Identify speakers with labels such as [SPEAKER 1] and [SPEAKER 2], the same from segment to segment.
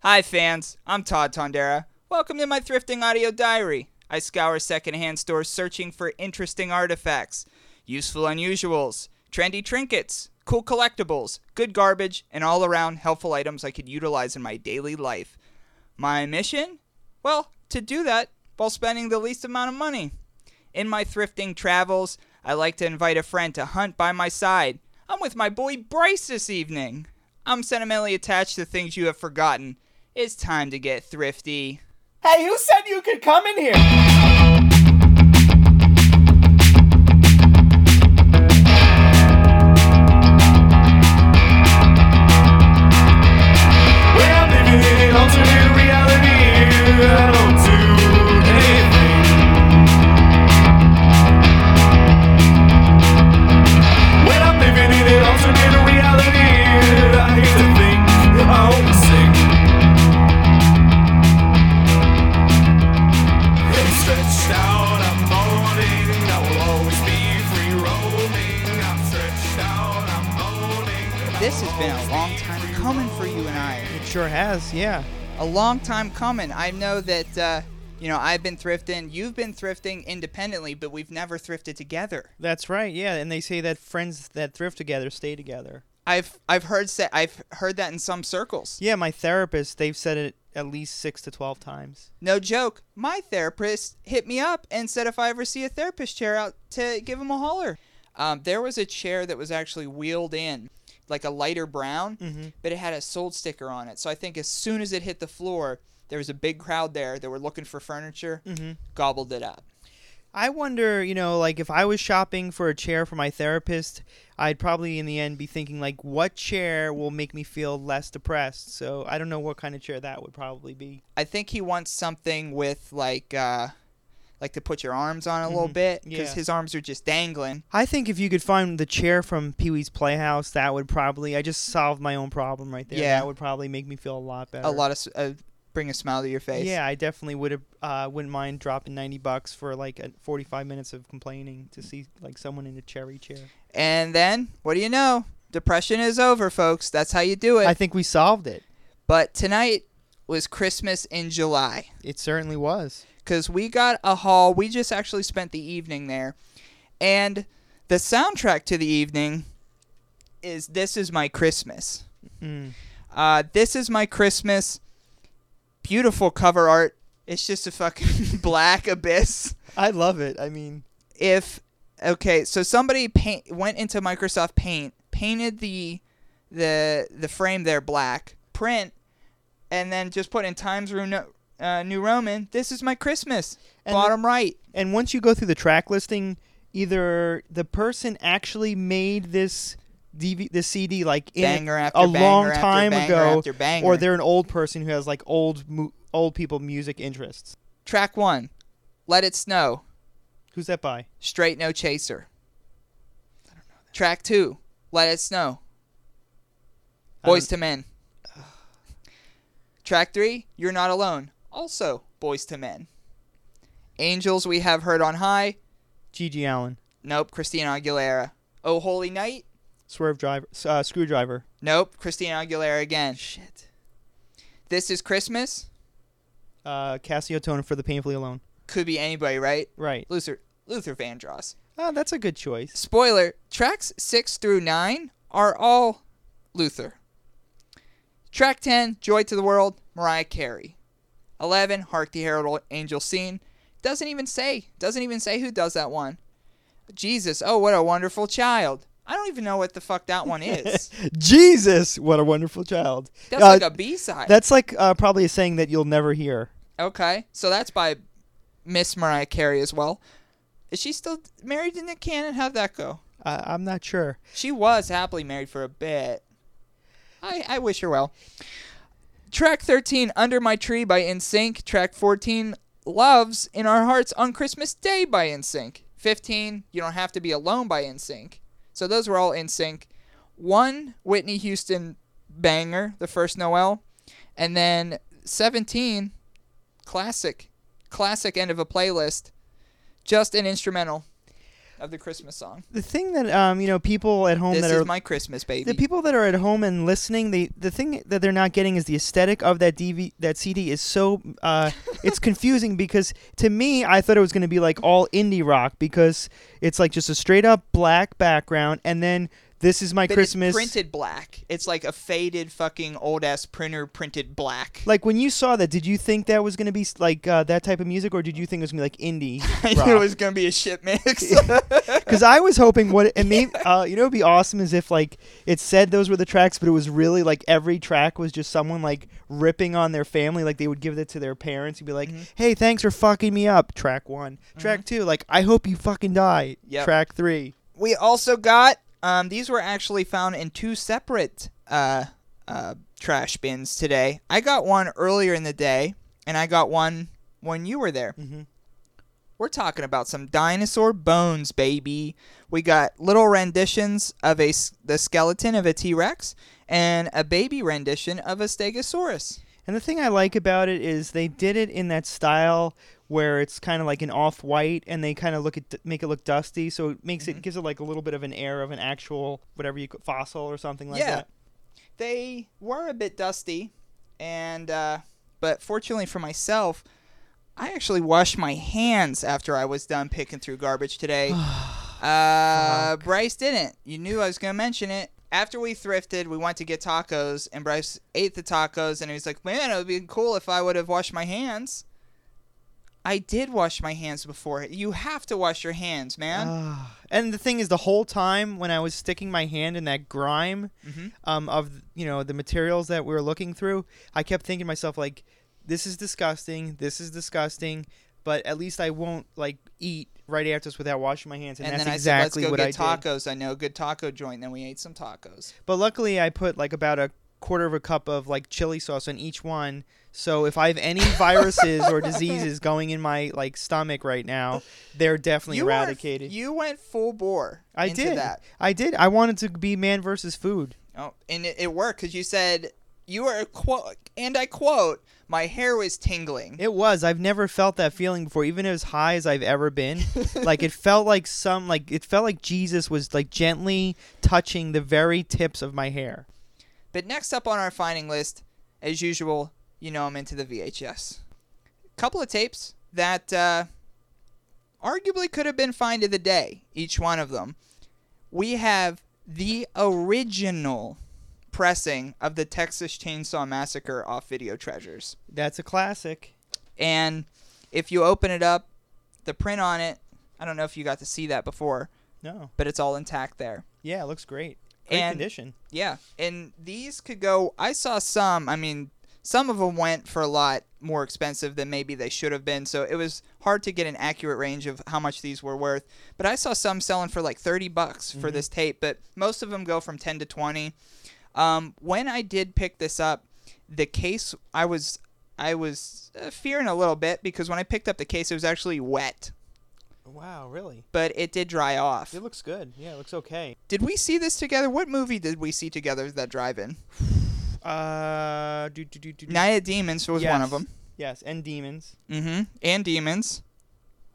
[SPEAKER 1] Hi, fans. I'm Todd Tondera. Welcome to my thrifting audio diary. I scour secondhand stores searching for interesting artifacts, useful unusuals, trendy trinkets, cool collectibles, good garbage, and all around helpful items I could utilize in my daily life. My mission? Well, to do that while spending the least amount of money. In my thrifting travels, I like to invite a friend to hunt by my side. I'm with my boy Bryce this evening. I'm sentimentally attached to things you have forgotten. It's time to get thrifty.
[SPEAKER 2] Hey, who said you could come in here?
[SPEAKER 3] We're living in alternate reality. I don't do anything. When I'm living in an alternate reality, I hate to think I'm sick. Stretched out, I'm moaning. I will always be free roaming. I'm stretched out, I'm moaning.
[SPEAKER 1] This has been a long time coming for you and I.
[SPEAKER 2] It sure has, yeah.
[SPEAKER 1] A long time coming. I know that, uh, you know, I've been thrifting, you've been thrifting independently, but we've never thrifted together.
[SPEAKER 2] That's right, yeah. And they say that friends that thrift together stay together.
[SPEAKER 1] I've I've heard sa- I've heard that in some circles.
[SPEAKER 2] Yeah, my therapist, they've said it at least six to 12 times.
[SPEAKER 1] No joke. My therapist hit me up and said if I ever see a therapist chair out to give him a holler. Um, there was a chair that was actually wheeled in, like a lighter brown,
[SPEAKER 2] Mm-hmm.
[SPEAKER 1] but it had a sold sticker on it. So I think as soon as it hit the floor, there was a big crowd there that were looking for furniture,
[SPEAKER 2] Mm. Mm-hmm.
[SPEAKER 1] gobbled it up.
[SPEAKER 2] I wonder, you know, like if I was shopping for a chair for my therapist, I'd probably in the end be thinking, like, what chair will make me feel less depressed? So I don't know what kind of chair that would probably be.
[SPEAKER 1] I think he wants something with like, uh, like to put your arms on a little bit because
[SPEAKER 2] Mm-hmm. Yeah.
[SPEAKER 1] his arms are just dangling.
[SPEAKER 2] I think if you could find the chair from Pee Wee's Playhouse, that would probably, I just solved my own problem right there.
[SPEAKER 1] Yeah.
[SPEAKER 2] That would probably make me feel a lot better.
[SPEAKER 1] A lot of s- uh, bring a smile to your face.
[SPEAKER 2] Yeah, I definitely would have uh, wouldn't mind dropping ninety bucks for like a forty five minutes of complaining to see like someone in a cherry chair.
[SPEAKER 1] And then, what do you know? Depression is over, folks. That's how you do it.
[SPEAKER 2] I think we solved it.
[SPEAKER 1] but tonight was Christmas in July
[SPEAKER 2] It certainly was.
[SPEAKER 1] because we got a haul. We just actually spent the evening there. And the soundtrack to the evening is This Is My Christmas.
[SPEAKER 2] Mm.
[SPEAKER 1] Uh, this Is My Christmas. Beautiful cover art. It's just a fucking black abyss.
[SPEAKER 2] I love it. I mean,
[SPEAKER 1] if okay, so somebody paint went into Microsoft Paint, painted the the the frame there black, print, and then just put in Times Room uh, New Roman. This is my Christmas.
[SPEAKER 2] And
[SPEAKER 1] Bottom right.
[SPEAKER 2] and once you go through the track listing, either the person actually made this DV, this CD like in
[SPEAKER 1] Banger after
[SPEAKER 2] a
[SPEAKER 1] banger
[SPEAKER 2] long
[SPEAKER 1] after
[SPEAKER 2] time
[SPEAKER 1] banger
[SPEAKER 2] ago,
[SPEAKER 1] after banger.
[SPEAKER 2] or they're an old person who has like old mu- old people music interests.
[SPEAKER 1] Track one. Let it snow.
[SPEAKER 2] Who's that by?
[SPEAKER 1] Straight no chaser. Track two. Let it snow.
[SPEAKER 2] I don't-
[SPEAKER 1] Boys to men. Track three, You're Not Alone. Also, Boys to Men. Angels We Have Heard on High.
[SPEAKER 2] Gigi Allen,
[SPEAKER 1] Nope, Christina Aguilera. Oh Holy Night.
[SPEAKER 2] Swerve Driver, uh, Screwdriver.
[SPEAKER 1] Nope, Christina Aguilera again.
[SPEAKER 2] Shit.
[SPEAKER 1] This is Christmas.
[SPEAKER 2] Uh, Cassio Tone for the Painfully Alone.
[SPEAKER 1] Could be anybody, right?
[SPEAKER 2] Right.
[SPEAKER 1] Luther Luther Vandross.
[SPEAKER 2] Oh, that's a good choice.
[SPEAKER 1] Spoiler, tracks 6 through 9 are all Luther. Track 10, Joy to the World, Mariah Carey. 11, Hark the Herald Angel Scene. Doesn't even say, doesn't even say who does that one. Jesus, oh, what a wonderful child. I don't even know what the fuck that one is.
[SPEAKER 2] Jesus, what a wonderful child.
[SPEAKER 1] That's
[SPEAKER 2] Uh,
[SPEAKER 1] like a B side.
[SPEAKER 2] that's like, uh, probably a saying that you'll never hear.
[SPEAKER 1] Okay, so that's by Miss Mariah Carey as well. Is she still married to Nick Cannon? How'd that go?
[SPEAKER 2] Uh, I'm not sure.
[SPEAKER 1] She was happily married for a bit. I, I wish her well. Track 13, Under My Tree by NSYNC. Track 14, Loves in Our Hearts on Christmas Day by NSYNC. 15, You Don't Have to Be Alone by NSYNC. So those were all NSYNC. One Whitney Houston banger, the first Noel. And then 17, classic, classic end of a playlist, just an instrumental. of the Christmas song.
[SPEAKER 2] The thing that um, you know, people at home
[SPEAKER 1] This
[SPEAKER 2] that
[SPEAKER 1] is
[SPEAKER 2] are
[SPEAKER 1] my Christmas baby.
[SPEAKER 2] the people that are at home and listening, they the thing that they're not getting is the aesthetic of that DV that CD is so uh, it's confusing because to me I thought it was going to be like all indie rock because it's like just a straight up black background and then this is my
[SPEAKER 1] But
[SPEAKER 2] Christmas
[SPEAKER 1] It's printed black. It's like a faded fucking old ass printer printed black.
[SPEAKER 2] Like when you saw that, did you think that was gonna be s- like uh, that type of music, or did you think it was gonna be like
[SPEAKER 1] I
[SPEAKER 2] indie?
[SPEAKER 1] knew it was gonna be a shit mix.
[SPEAKER 2] Because I was hoping what and maybe uh, you know it'd be awesome is if like it said those were the tracks, but it was really like every track was just someone like ripping on their family. Like they would give it to their parents and be
[SPEAKER 1] Mm-hmm.
[SPEAKER 2] like, "Hey, thanks for fucking me up." Track one, track two, like I hope you fucking die.
[SPEAKER 1] Yep.
[SPEAKER 2] Track three.
[SPEAKER 1] we also got um, these were actually found in two separate uh, uh, trash bins today. I got one earlier in the day, and I got one when you were there.
[SPEAKER 2] Mhm.
[SPEAKER 1] We're talking about some dinosaur bones, baby. We got little renditions of a s- the skeleton of a T Rex and a baby rendition of a Stegosaurus.
[SPEAKER 2] And the thing I like about it is they did it in that style where it's kind of like an off-white, and they kind of look at make it look dusty, so it makes
[SPEAKER 1] Mm-hmm.
[SPEAKER 2] it gives it like a little bit of an air of an actual whatever you c- fossil or something like
[SPEAKER 1] Yeah.
[SPEAKER 2] that.
[SPEAKER 1] they were a bit dusty and uh, but fortunately for myself i actually washed my hands after i was done picking through garbage today uh, bryce didn't you knew i was going to mention it after we thrifted we went to get tacos and bryce ate the tacos and he was like man it would be cool if i would have washed my hands i did wash my hands before you have to wash your hands man
[SPEAKER 2] Ah. and the thing is, the whole time when I was sticking my hand in that grime
[SPEAKER 1] Mhm.
[SPEAKER 2] um, of you know the materials that we were looking through, I kept thinking to myself like, "This is disgusting. This is disgusting." But at least I won't like eat right after this without washing my hands, and,
[SPEAKER 1] and,
[SPEAKER 2] that's
[SPEAKER 1] then i
[SPEAKER 2] exactly
[SPEAKER 1] said
[SPEAKER 2] what
[SPEAKER 1] let's go
[SPEAKER 2] I
[SPEAKER 1] get
[SPEAKER 2] did.
[SPEAKER 1] tacos i know a good taco joint and then we ate some tacos
[SPEAKER 2] But luckily, I put like about a quarter of a cup of like chili sauce on each one. So if I have any viruses or diseases going in my like stomach right now, they're definitely
[SPEAKER 1] were-
[SPEAKER 2] eradicated.
[SPEAKER 1] you went full bore.
[SPEAKER 2] I
[SPEAKER 1] into
[SPEAKER 2] did.
[SPEAKER 1] that.
[SPEAKER 2] I did. I wanted to be man versus food.
[SPEAKER 1] Oh, and it, it worked because you said you were a quote, and I quote, "My hair was tingling."
[SPEAKER 2] It was. I've never felt that feeling before, even as high as I've ever been. like it felt like some like it felt like Jesus was like gently touching the very tips of my hair.
[SPEAKER 1] But next up on our finding list, as usual, you know I'm into the VHS. Couple of tapes that uh, arguably could have been find of the day. Each one of them. We have the original pressing of the Texas Chainsaw Massacre off Video Treasures.
[SPEAKER 2] That's a classic.
[SPEAKER 1] and if you open it up, the print on it, I don't know if you got to see that before,
[SPEAKER 2] No.
[SPEAKER 1] but it's all intact there.
[SPEAKER 2] Yeah, it looks great. Great
[SPEAKER 1] And-
[SPEAKER 2] condition.
[SPEAKER 1] Yeah, and these could go. I saw some. I mean, some of them went for a lot more expensive than maybe they should have been. So it was hard to get an accurate range of how much these were worth. But I saw some selling for like thirty bucks for this tape. But most of them go from ten to twenty. Um, when I did pick this up, the case I was I was uh, fearing a little bit because when I picked up the case, it was actually wet,
[SPEAKER 2] Wow, really?
[SPEAKER 1] but it did dry off.
[SPEAKER 2] It looks good. Yeah, it looks okay.
[SPEAKER 1] Did we see this together? What movie did we see together that drive-in?
[SPEAKER 2] Uh, do, do, do, do, do.
[SPEAKER 1] Night of Demons was one of
[SPEAKER 2] Yes.
[SPEAKER 1] them.
[SPEAKER 2] Yes, and demons.
[SPEAKER 1] Mm-hmm. And demons.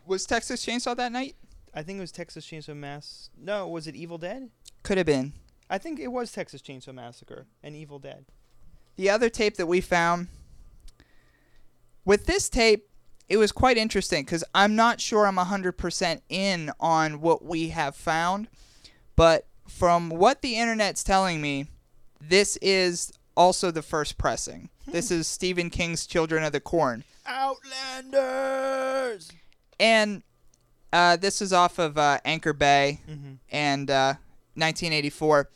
[SPEAKER 1] Was Texas Chainsaw that night?
[SPEAKER 2] I think it was Texas Chainsaw Mass. No, was it Evil Dead?
[SPEAKER 1] Could have been.
[SPEAKER 2] I think it was Texas Chainsaw Massacre and Evil Dead.
[SPEAKER 1] The other tape that we found. With this tape, it was quite interesting because I'm not sure I'm 100% in on what we have found, but from what the internet's telling me, this is also the first pressing. This is Stephen King's Children of the Corn.
[SPEAKER 2] Outlanders.
[SPEAKER 1] And uh, this is off of uh, Anchor Bay
[SPEAKER 2] Mhm.
[SPEAKER 1] and uh, 1984.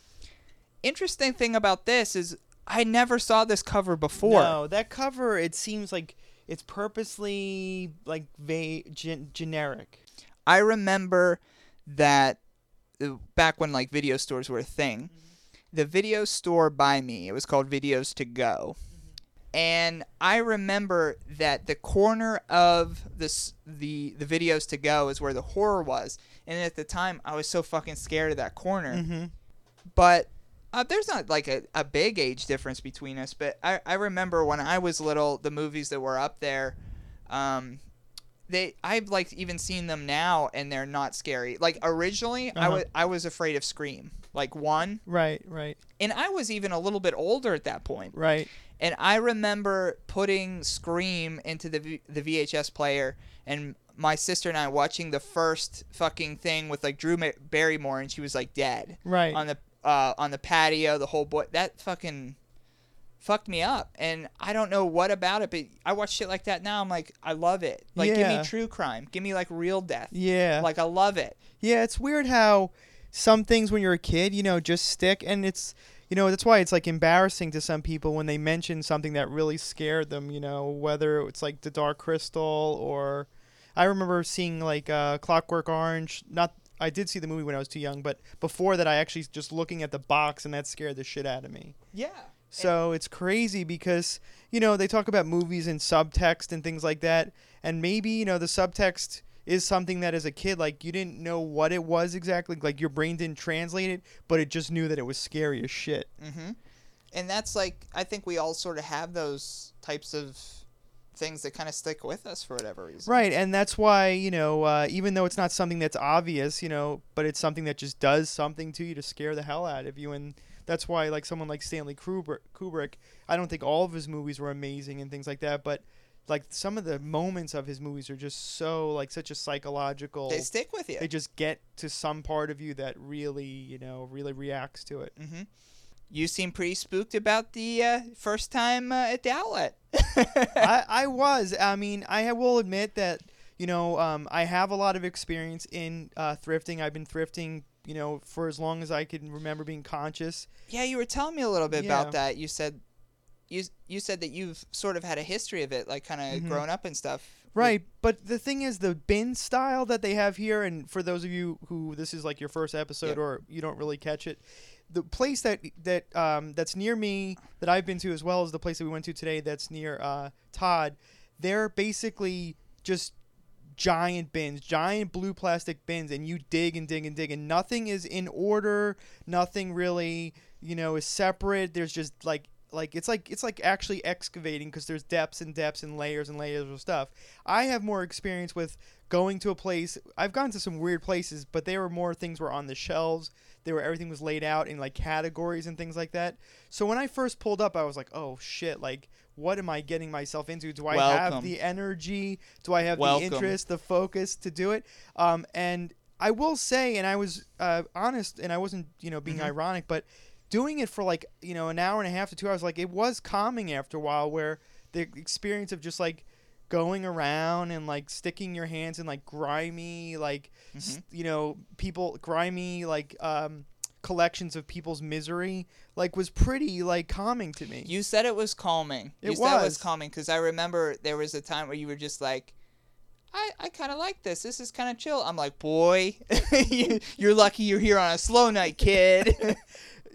[SPEAKER 1] Interesting thing about this is I never saw this cover before.
[SPEAKER 2] No, that cover. It seems like it's purposely like va- gen- generic.
[SPEAKER 1] I remember that uh, back when like video stores were a thing, the video store by me, it was called Videos to Go. And I remember that the corner of this the the videos to go is where the horror was. And at the time I was so fucking scared of that corner. but uh, there's not like a, a big age difference between us but I, I remember when i was little the movies that were up there um, they I've like even seen them now and they're not scary. Like originally I
[SPEAKER 2] Uh-huh.
[SPEAKER 1] was I was afraid of Scream. Like one.
[SPEAKER 2] Right, right,
[SPEAKER 1] And I was even a little bit older at that point.
[SPEAKER 2] right.
[SPEAKER 1] And I remember putting Scream into the v- the VHS player and my sister and I watching the first fucking thing with like Drew Ma- Barrymore and she was like dead
[SPEAKER 2] Right.
[SPEAKER 1] on the uh, on the patio the whole boy that fucking fucked me up and I don't know what about it but I watch shit like that now I'm like I love it like give
[SPEAKER 2] Yeah.
[SPEAKER 1] me true crime give me like real death
[SPEAKER 2] Yeah.
[SPEAKER 1] like I love it
[SPEAKER 2] Yeah, it's weird how some things when you're a kid, you know, just stick and it's you know, that's why it's like embarrassing to some people when they mention something that really scared them, you know, whether it's like the dark crystal or I remember seeing like uh, Clockwork Orange, not I did see the movie when I was too young, but before that I actually just looking at the box and that scared the shit out of me.
[SPEAKER 1] yeah
[SPEAKER 2] So it's crazy because, you know, they talk about movies and subtext and things like that. And maybe, you know, the subtext is something that as a kid, like, you didn't know what it was exactly. Like, your brain didn't translate it, but it just knew that it was scary as shit.
[SPEAKER 1] hmm And that's like I think we all sort of have those types of things that kind of stick with us for whatever reason.
[SPEAKER 2] Right. And that's why, you know, uh, even though it's not something that's obvious, you know, but it's something that just does something to you to scare the hell out of you. And that's why, like, someone like Stanley Kubrick, Kubrick I don't think all of his movies were amazing and things like that, but. Like some of the moments of his movies are just so like such a psychological.
[SPEAKER 1] They stick with you.
[SPEAKER 2] they just get to some part of you that really you know really reacts to it.
[SPEAKER 1] hmm You seem pretty spooked about the uh, first time uh, at the outlet.
[SPEAKER 2] I, I was. I mean, I will admit that you know um, I have a lot of experience in uh, thrifting. I've been thrifting you know for as long as I can remember being conscious.
[SPEAKER 1] yeah, you were telling me a little bit
[SPEAKER 2] Yeah.
[SPEAKER 1] about that. You said you you said that you've sort of had a history of it, like kind of
[SPEAKER 2] Mhm.
[SPEAKER 1] grown up and stuff.
[SPEAKER 2] Right, but the thing is, the bin style that they have here, and for those of you who this is like your first episode
[SPEAKER 1] Yeah.
[SPEAKER 2] or you don't really catch it, the place that that um, that's near me that I've been to as well as the place that we went to today that's near uh, Todd, they're basically just giant bins, giant blue plastic bins, and you dig and dig and dig, and nothing is in order. Nothing really, you know, is separate. There's just like like it's like it's like actually excavating because there's depths and depths and layers and layers of stuff. I have more experience with going to a place. I've gone to some weird places, but they were more things were on the shelves. They were everything was laid out in like categories and things like that. So when I first pulled up, I was like, "Oh shit! Like, what am I getting myself into? Do I have
[SPEAKER 1] Welcome.
[SPEAKER 2] the energy? Do I have
[SPEAKER 1] Welcome.
[SPEAKER 2] the interest, the focus to do it. Um, and I will say, and I was uh, honest, and I wasn't, you know,
[SPEAKER 1] Mm-hmm.
[SPEAKER 2] being ironic, but doing it for like, you know, an hour and a half to two hours, like it was calming after a while, where the experience of just like going around and like sticking your hands in like grimy, like s- you know, people grimy, like um, collections of people's misery, like was pretty like calming to me.
[SPEAKER 1] You said it was calming. you
[SPEAKER 2] It
[SPEAKER 1] said it was
[SPEAKER 2] was.
[SPEAKER 1] calming because I remember there was a time where you were just like, I, I kind of like this. This is kind of chill. I'm like, boy, you, you're lucky you're here on a slow night, kid.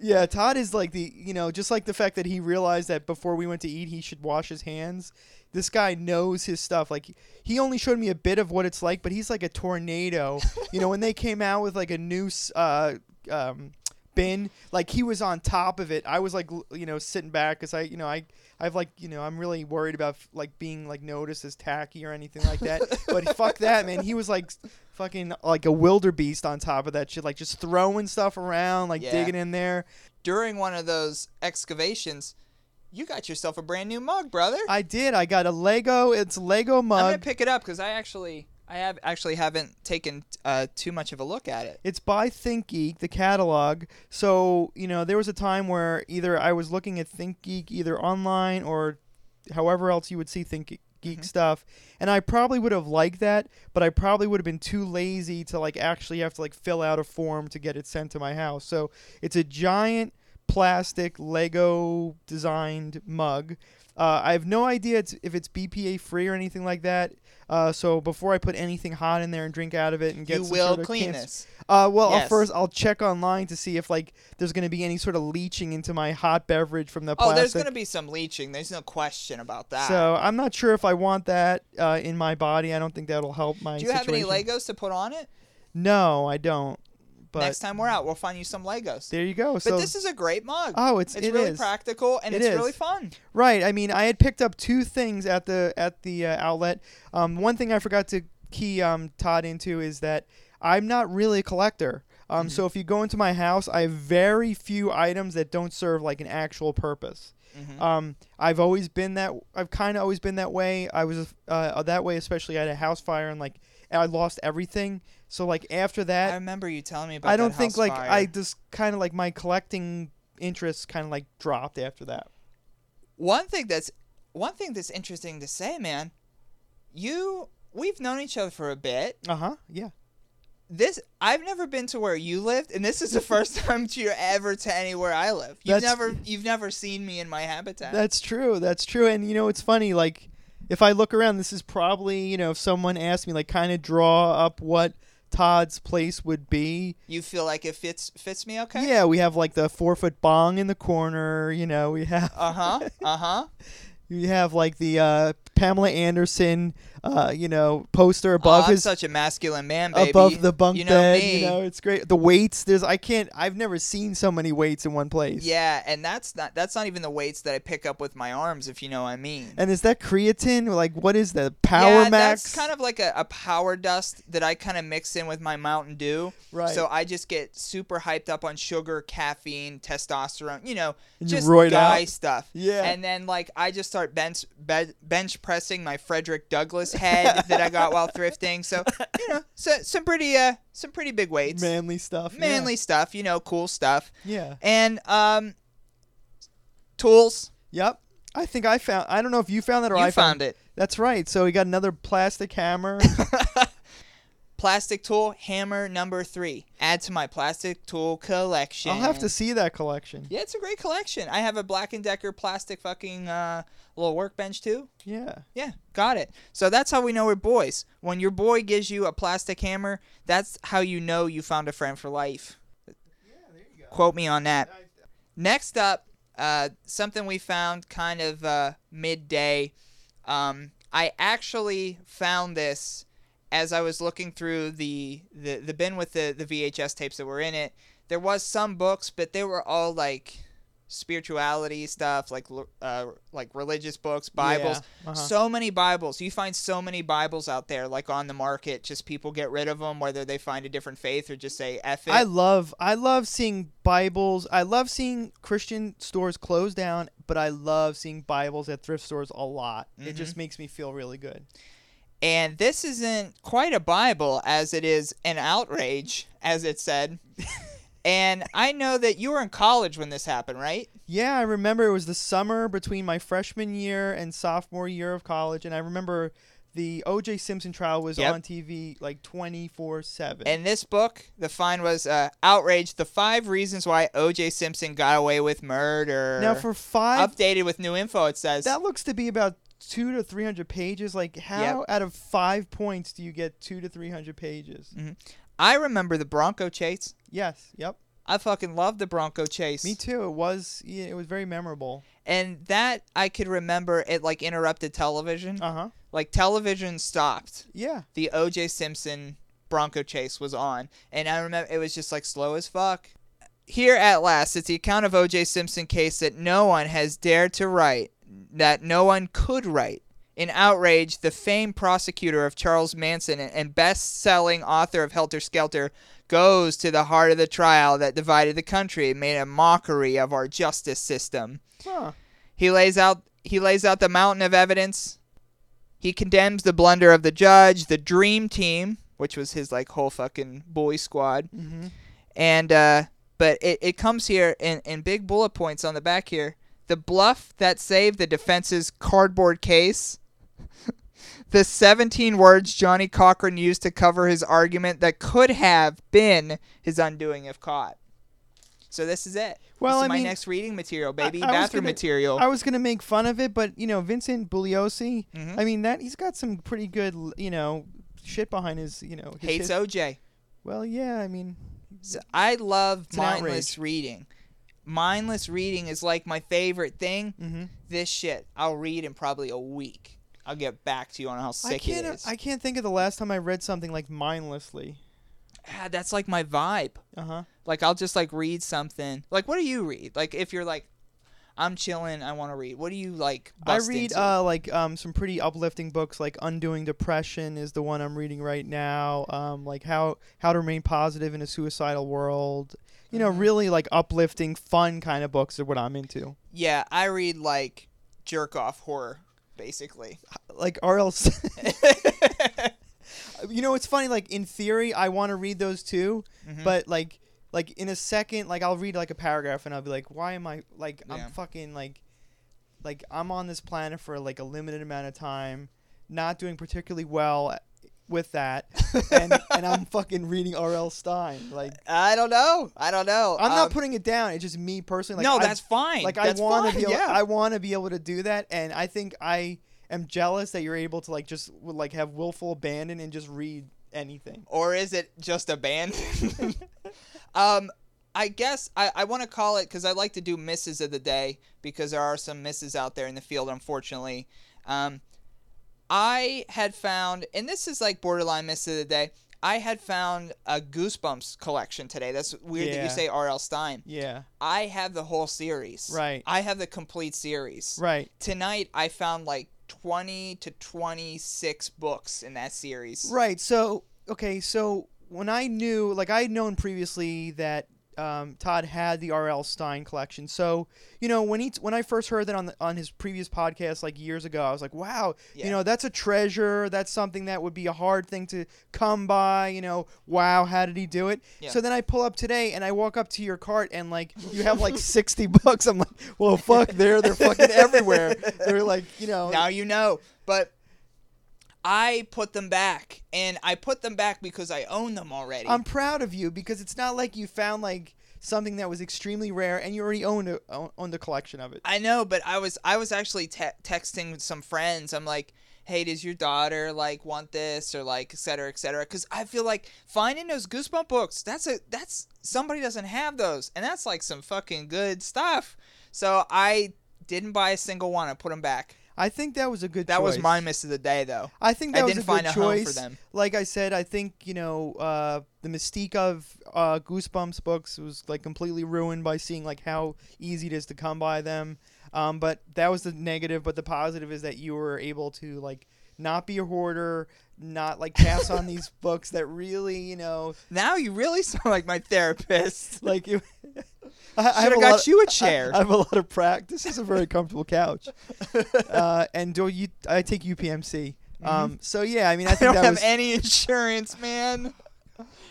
[SPEAKER 2] Yeah, Todd is like the you know just like the fact that he realized that before we went to eat he should wash his hands. This guy knows his stuff. Like he only showed me a bit of what it's like, but he's like a tornado. you know when they came out with like a new s- uh, um, bin, like he was on top of it. I was like l- you know sitting back because I you know I I've like you know I'm really worried about like being like noticed as tacky or anything like that. but fuck that man, he was like s- fucking like a wildebeest on top of that shit, like just throwing stuff around, like
[SPEAKER 1] Yeah.
[SPEAKER 2] digging in there.
[SPEAKER 1] During one of those excavations, you got yourself a brand new mug, brother. I,
[SPEAKER 2] I did. I got a Lego. It's a Lego
[SPEAKER 1] am gonna
[SPEAKER 2] mug.
[SPEAKER 1] pick it up because I actually, I have actually haven't taken uh, too much of a look at it.
[SPEAKER 2] It's by ThinkGeek, the catalog. So you know, there was a time where either I was looking at ThinkGeek either online or however else you would see ThinkGeek
[SPEAKER 1] Mm-hmm.
[SPEAKER 2] stuff, and I probably would have liked that, but I probably would have been too lazy to like actually have to like fill out a form to get it sent to my house. So it's a giant plastic Lego designed mug. Uh, I have no idea it's, if it's BPA free or anything like that. Uh, so before I put anything hot in there and drink out of it and get
[SPEAKER 1] you
[SPEAKER 2] some
[SPEAKER 1] will
[SPEAKER 2] sort of
[SPEAKER 1] clean
[SPEAKER 2] cancer-
[SPEAKER 1] this.
[SPEAKER 2] uh, well, I'll
[SPEAKER 1] Yes.
[SPEAKER 2] first I'll check online to see if like there's gonna be any sort of leaching into my hot beverage from the
[SPEAKER 1] Oh,
[SPEAKER 2] plastic.
[SPEAKER 1] there's gonna be some leaching. There's no question about that.
[SPEAKER 2] So I'm not sure if I want that uh, in my body. I don't think that'll help my.
[SPEAKER 1] Do you have any
[SPEAKER 2] situation.
[SPEAKER 1] Legos to put on it?
[SPEAKER 2] No, I don't. But
[SPEAKER 1] Next time we're out, we'll find you some Legos.
[SPEAKER 2] there you go.
[SPEAKER 1] but
[SPEAKER 2] so
[SPEAKER 1] this is a great mug.
[SPEAKER 2] Oh, it's-
[SPEAKER 1] it's
[SPEAKER 2] it
[SPEAKER 1] really
[SPEAKER 2] is.
[SPEAKER 1] practical and
[SPEAKER 2] It
[SPEAKER 1] it's
[SPEAKER 2] is.
[SPEAKER 1] really fun.
[SPEAKER 2] Right. I mean, I had picked up two things at the at the uh, outlet. Um, one thing I forgot to key um, Todd into is that I'm not really a collector.
[SPEAKER 1] Mm-hmm.
[SPEAKER 2] Um, So if you go into my house, I have very few items that don't serve like an actual purpose.
[SPEAKER 1] Mm-hmm.
[SPEAKER 2] Um, I've always been that. I've kind of always been that way. I was uh, that way, especially at a house fire, and like I lost everything. So like after that,
[SPEAKER 1] I remember you telling me about.
[SPEAKER 2] I
[SPEAKER 1] that
[SPEAKER 2] don't think
[SPEAKER 1] house
[SPEAKER 2] like
[SPEAKER 1] fire.
[SPEAKER 2] I just kind of like my collecting interests kind of like dropped after that.
[SPEAKER 1] One thing that's one thing that's interesting to say, man. You we've known each other for a bit.
[SPEAKER 2] Uh huh. Yeah.
[SPEAKER 1] This I've never been to where you lived, and this is the first time to you're ever to anywhere I live. You've
[SPEAKER 2] That's-
[SPEAKER 1] never you've never seen me in my habitat.
[SPEAKER 2] That's true. That's true. And you know, it's funny. Like, if I look around, this is probably you know, if someone asked me, like, kind of draw up what Todd's place would be.
[SPEAKER 1] you feel like it fits fits me okay?
[SPEAKER 2] Yeah, we have like the four foot bong in the corner. You know, we have
[SPEAKER 1] Uh huh. Uh huh.
[SPEAKER 2] you have like the uh, Pamela Anderson, uh, you know, poster above
[SPEAKER 1] Oh, I'm
[SPEAKER 2] his
[SPEAKER 1] such a masculine man, baby.
[SPEAKER 2] above the bunk
[SPEAKER 1] you know
[SPEAKER 2] bed.
[SPEAKER 1] Me.
[SPEAKER 2] You know, it's great. The weights. There's I can't. I've never seen so many weights in one place.
[SPEAKER 1] Yeah, and that's not that's not even the weights that I pick up with my arms, if you know what I mean.
[SPEAKER 2] And is that creatine? Like, what is that? Power
[SPEAKER 1] yeah,
[SPEAKER 2] Max?
[SPEAKER 1] that's kind of like a, a power dust that I kind of mix in with my Mountain Dew.
[SPEAKER 2] Right.
[SPEAKER 1] So I just get super hyped up on sugar, caffeine, testosterone, you know,
[SPEAKER 2] And you
[SPEAKER 1] just
[SPEAKER 2] roid out.
[SPEAKER 1] guy stuff.
[SPEAKER 2] Yeah.
[SPEAKER 1] And then like I just start bench be- bench pressing my Frederick Douglass head that I got while thrifting. So you know, so, some pretty uh some pretty big weights,
[SPEAKER 2] manly stuff. yeah.
[SPEAKER 1] manly stuff, you know, cool stuff,
[SPEAKER 2] Yeah.
[SPEAKER 1] and um, tools.
[SPEAKER 2] Yep. I think I found. I don't know if you found that or
[SPEAKER 1] You
[SPEAKER 2] I
[SPEAKER 1] found it.
[SPEAKER 2] That's right. So we got another plastic hammer.
[SPEAKER 1] Plastic tool hammer number three. Add to my plastic tool collection.
[SPEAKER 2] I'll have to see that collection.
[SPEAKER 1] Yeah, it's a great collection. I have a Black and Decker plastic fucking uh, little workbench too.
[SPEAKER 2] Yeah.
[SPEAKER 1] Yeah, got it. So that's how we know we're boys. When your boy gives you a plastic hammer, that's how you know you found a friend for life. Quote me on that. Next up, uh, something we found kind of uh, midday. Um, I actually found this as I was looking through the the, the bin with the, the VHS tapes that were in it. There was some books, but they were all like spirituality stuff, like l- uh, like religious books, Bibles.
[SPEAKER 2] Yeah, uh-huh.
[SPEAKER 1] So many Bibles. You find so many Bibles out there, like on the market. Just people get rid of them, whether they find a different faith or just say "f it."
[SPEAKER 2] I love. I love seeing Bibles. I love seeing Christian stores close down, but I love seeing Bibles at thrift stores a lot. It
[SPEAKER 1] Mm-hmm.
[SPEAKER 2] just makes me feel really good.
[SPEAKER 1] And this isn't quite a Bible as it is an outrage, as it said. and I know that you were in college when this happened, right?
[SPEAKER 2] Yeah, I remember it was the summer between my freshman year and sophomore year of college, and I remember the O.J. Simpson trial was
[SPEAKER 1] Yep.
[SPEAKER 2] on TV like twenty four seven.
[SPEAKER 1] In this book, the find was uh, Outrage The Five Reasons Why O.J. Simpson Got Away with Murder.
[SPEAKER 2] Now for five
[SPEAKER 1] Updated with new info, it says.
[SPEAKER 2] That looks to be about two to three hundred pages. Like, how out of five points do you get two to three hundred pages?
[SPEAKER 1] I remember the Bronco chase.
[SPEAKER 2] Yes. Yep.
[SPEAKER 1] I fucking loved the Bronco chase.
[SPEAKER 2] Me too. It was. Yeah, it was very memorable.
[SPEAKER 1] And that I could remember it like interrupted television.
[SPEAKER 2] Uh huh.
[SPEAKER 1] like television stopped.
[SPEAKER 2] Yeah.
[SPEAKER 1] the OJ Simpson Bronco chase was on, and I remember it was just like slow as fuck. Here at last, it's the account of OJ Simpson case that no one has dared to write, that no one could write. In outrage, the famed prosecutor of Charles Manson and best-selling author of Helter Skelter goes to the heart of the trial that divided the country and made a mockery of our justice system.
[SPEAKER 2] Huh.
[SPEAKER 1] He lays out he lays out the mountain of evidence. He condemns the blunder of the judge, the dream team, which was his like whole fucking boy squad.
[SPEAKER 2] Mm-hmm.
[SPEAKER 1] And uh but it, it comes here in, in big bullet points on the back here. The bluff that saved the defense's cardboard case. the 17 words Johnny Cochran used to cover his argument that could have been his undoing if caught. So this is it.
[SPEAKER 2] Well,
[SPEAKER 1] this
[SPEAKER 2] I
[SPEAKER 1] is my
[SPEAKER 2] mean,
[SPEAKER 1] next reading material, baby.
[SPEAKER 2] I was
[SPEAKER 1] Bathroom
[SPEAKER 2] gonna-
[SPEAKER 1] material.
[SPEAKER 2] I was gonna make fun of it, but you know, Vincent Bugliosi.
[SPEAKER 1] Mm-hmm.
[SPEAKER 2] I mean, that he's got some pretty good, you know, shit behind his, you know, his
[SPEAKER 1] hates
[SPEAKER 2] his-
[SPEAKER 1] OJ.
[SPEAKER 2] Well, yeah. I mean,
[SPEAKER 1] So I love
[SPEAKER 2] an
[SPEAKER 1] mindless
[SPEAKER 2] outrage.
[SPEAKER 1] reading. Mindless reading is like my favorite thing.
[SPEAKER 2] Mhm.
[SPEAKER 1] This shit I'll read in probably a week. I'll get back to you on how
[SPEAKER 2] I
[SPEAKER 1] sick it
[SPEAKER 2] can't.
[SPEAKER 1] is.
[SPEAKER 2] I can't think of the last time I read something like mindlessly.
[SPEAKER 1] ah, that's like my vibe.
[SPEAKER 2] Uh huh.
[SPEAKER 1] Like I'll just like read something. Like what do you read? Like if you're like, I'm chilling, I want to read. What do you like?
[SPEAKER 2] I
[SPEAKER 1] bust
[SPEAKER 2] read
[SPEAKER 1] into?
[SPEAKER 2] uh, like um, some pretty uplifting books, like Undoing Depression is the one I'm reading right now. Um, like how how to remain positive in a suicidal world. You
[SPEAKER 1] Mm-hmm.
[SPEAKER 2] know, really like uplifting, fun kind of books are what I'm into.
[SPEAKER 1] yeah, I read like jerk off horror, basically.
[SPEAKER 2] Like R.L. S- you know, it's funny. Like in theory, I want to read those too,
[SPEAKER 1] Mm-hmm.
[SPEAKER 2] but like like in a second, like I'll read like a paragraph and I'll be like, why am I like
[SPEAKER 1] Yeah.
[SPEAKER 2] I'm fucking like like I'm on this planet for like a limited amount of time, not doing particularly well with that, and and I'm fucking reading R.L. Stein. Like
[SPEAKER 1] I don't know. I don't know.
[SPEAKER 2] I'm
[SPEAKER 1] Um,
[SPEAKER 2] not putting it down. It's just me personally. Like,
[SPEAKER 1] no,
[SPEAKER 2] I-
[SPEAKER 1] that's fine.
[SPEAKER 2] like
[SPEAKER 1] that's
[SPEAKER 2] I want to
[SPEAKER 1] fine,
[SPEAKER 2] be able,
[SPEAKER 1] yeah.
[SPEAKER 2] I want to be able to do that, and I think I am jealous that you're able to like just like have willful abandon and just read anything.
[SPEAKER 1] or is it just abandoned? um, I guess I, I want to call it because I like to do misses of the day because there are some misses out there in the field, unfortunately. Um, I had found, and this is like borderline miss of the day. I had found a Goosebumps collection today. That's weird that
[SPEAKER 2] Yeah.
[SPEAKER 1] you say R.L. Stein.
[SPEAKER 2] Yeah,
[SPEAKER 1] I have the whole series.
[SPEAKER 2] Right.
[SPEAKER 1] I have the complete series.
[SPEAKER 2] right.
[SPEAKER 1] Tonight I found like 20 to 26 books in that series.
[SPEAKER 2] Right. So okay. So when I knew, like, I had known previously that um, Todd had the R.L. Stein collection. So you know, when he t- when I first heard that on the, on his previous podcast, like years ago, I was like, wow,
[SPEAKER 1] Yeah.
[SPEAKER 2] you know, that's a treasure. That's something that would be a hard thing to come by. You know, wow, how did he do it?
[SPEAKER 1] Yeah.
[SPEAKER 2] So then I pull up today and I walk up to your cart and like you have like sixty books. I'm like, well, fuck, there, they're fucking everywhere. They're like, you know,
[SPEAKER 1] Now you know. But I put them back, and I put them back because I own them already.
[SPEAKER 2] I'm proud of you because it's not like you found like something that was extremely rare and you already owned a, own- owned a collection of it.
[SPEAKER 1] I know, but I was I was actually te- texting some friends. I'm like, hey, does your daughter like want this or like et cetera, et cetera? Because I feel like finding those Goosebump books. That's a that's somebody doesn't have those, and that's like some fucking good stuff. So I didn't buy a single one. I put them back.
[SPEAKER 2] I think that was a good.
[SPEAKER 1] That was
[SPEAKER 2] choice.
[SPEAKER 1] my miss of the day, though.
[SPEAKER 2] I think
[SPEAKER 1] I
[SPEAKER 2] that was
[SPEAKER 1] didn't
[SPEAKER 2] a
[SPEAKER 1] find
[SPEAKER 2] good
[SPEAKER 1] a home for
[SPEAKER 2] choice.
[SPEAKER 1] them.
[SPEAKER 2] Like I said, I think you know uh, the mystique of uh, Goosebumps books was like completely ruined by seeing like how easy it is to come by them. Um, but that was the negative. But the positive is that you were able to like not be a hoarder, not like pass on these books that really you know
[SPEAKER 1] Now you really sound like my therapist.
[SPEAKER 2] like it, I, I
[SPEAKER 1] Shoulda
[SPEAKER 2] have a
[SPEAKER 1] got
[SPEAKER 2] lot-
[SPEAKER 1] you a chair.
[SPEAKER 2] I, I have a lot of practice. This is a very comfortable couch. Uh, and do you? I take UPMC. Um, so yeah, I mean, I
[SPEAKER 1] Mm-hmm. I
[SPEAKER 2] think
[SPEAKER 1] don't
[SPEAKER 2] that
[SPEAKER 1] have
[SPEAKER 2] was.
[SPEAKER 1] any insurance, man.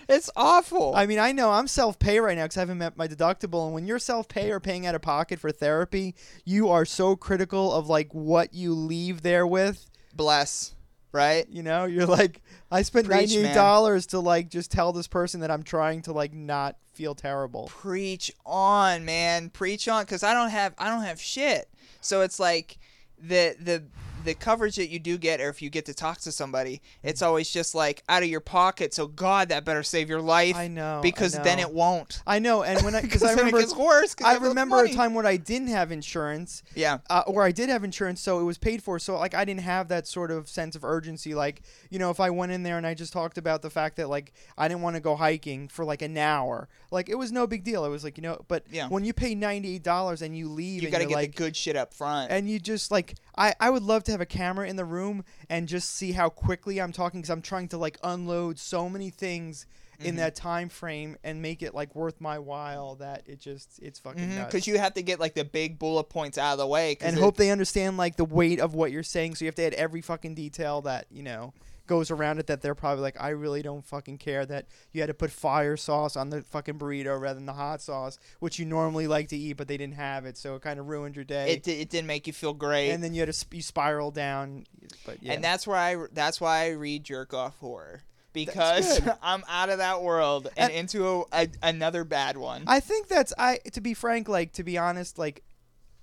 [SPEAKER 1] It's awful.
[SPEAKER 2] I mean, I know I'm self-pay right now because I haven't met my deductible. And when you're self-pay or paying out of pocket for therapy, you are so critical of like what you leave there with.
[SPEAKER 1] Bless, right?
[SPEAKER 2] You know, you're like, I spent
[SPEAKER 1] Preach, man.
[SPEAKER 2] ninety-eight dollars to like just tell this person that I'm trying to like not feel terrible.
[SPEAKER 1] Preach on, man. Preach on, because I don't have I don't have shit. So it's like the the the coverage that you do get, or if you get to talk to somebody,
[SPEAKER 2] Mm.
[SPEAKER 1] it's always just like out of your pocket. So God, that better save your life.
[SPEAKER 2] I know, I
[SPEAKER 1] Because then
[SPEAKER 2] know.
[SPEAKER 1] it won't.
[SPEAKER 2] I know, and when I because I
[SPEAKER 1] then
[SPEAKER 2] remember
[SPEAKER 1] it gets worse. 'cause you
[SPEAKER 2] I
[SPEAKER 1] have no
[SPEAKER 2] remember a
[SPEAKER 1] money.
[SPEAKER 2] time when I didn't have insurance,
[SPEAKER 1] Yeah.
[SPEAKER 2] uh, or I did have insurance, so it was paid for. So like I didn't have that sort of sense of urgency. Like you know, if I went in there and I just talked about the fact that like I didn't want to go hiking for like an hour, like it was no big deal. It was like you know, but
[SPEAKER 1] Yeah.
[SPEAKER 2] when you pay ninety eight dollars and you leave,
[SPEAKER 1] You
[SPEAKER 2] and
[SPEAKER 1] got to
[SPEAKER 2] you're
[SPEAKER 1] get
[SPEAKER 2] like,
[SPEAKER 1] the good shit up front.
[SPEAKER 2] and you just like I, I would love to have a camera in the room and just see how quickly i'm talking because i'm trying to like unload so many things
[SPEAKER 1] Mm-hmm.
[SPEAKER 2] in that time frame and make it like worth my while that it just it's fucking nuts.
[SPEAKER 1] Because Mm-hmm, you have to get like the big bullet points out of the way. 'cause
[SPEAKER 2] and
[SPEAKER 1] it-
[SPEAKER 2] hope they understand like the weight of what you're saying so you have to add every fucking detail that you know goes around it that they're probably like i really don't fucking care that you had to put fire sauce on the fucking burrito rather than the hot sauce which you normally like to eat but they didn't have it so it kind of ruined your day
[SPEAKER 1] it, di- it didn't make you feel great.
[SPEAKER 2] and then you had to sp- you spiral down. But yeah,
[SPEAKER 1] and that's where I that's why I read jerk off horror because
[SPEAKER 2] good.
[SPEAKER 1] I'm out of that world and,
[SPEAKER 2] And-
[SPEAKER 1] into a, a, another bad one.
[SPEAKER 2] I think that's I. To be frank, like to be honest, like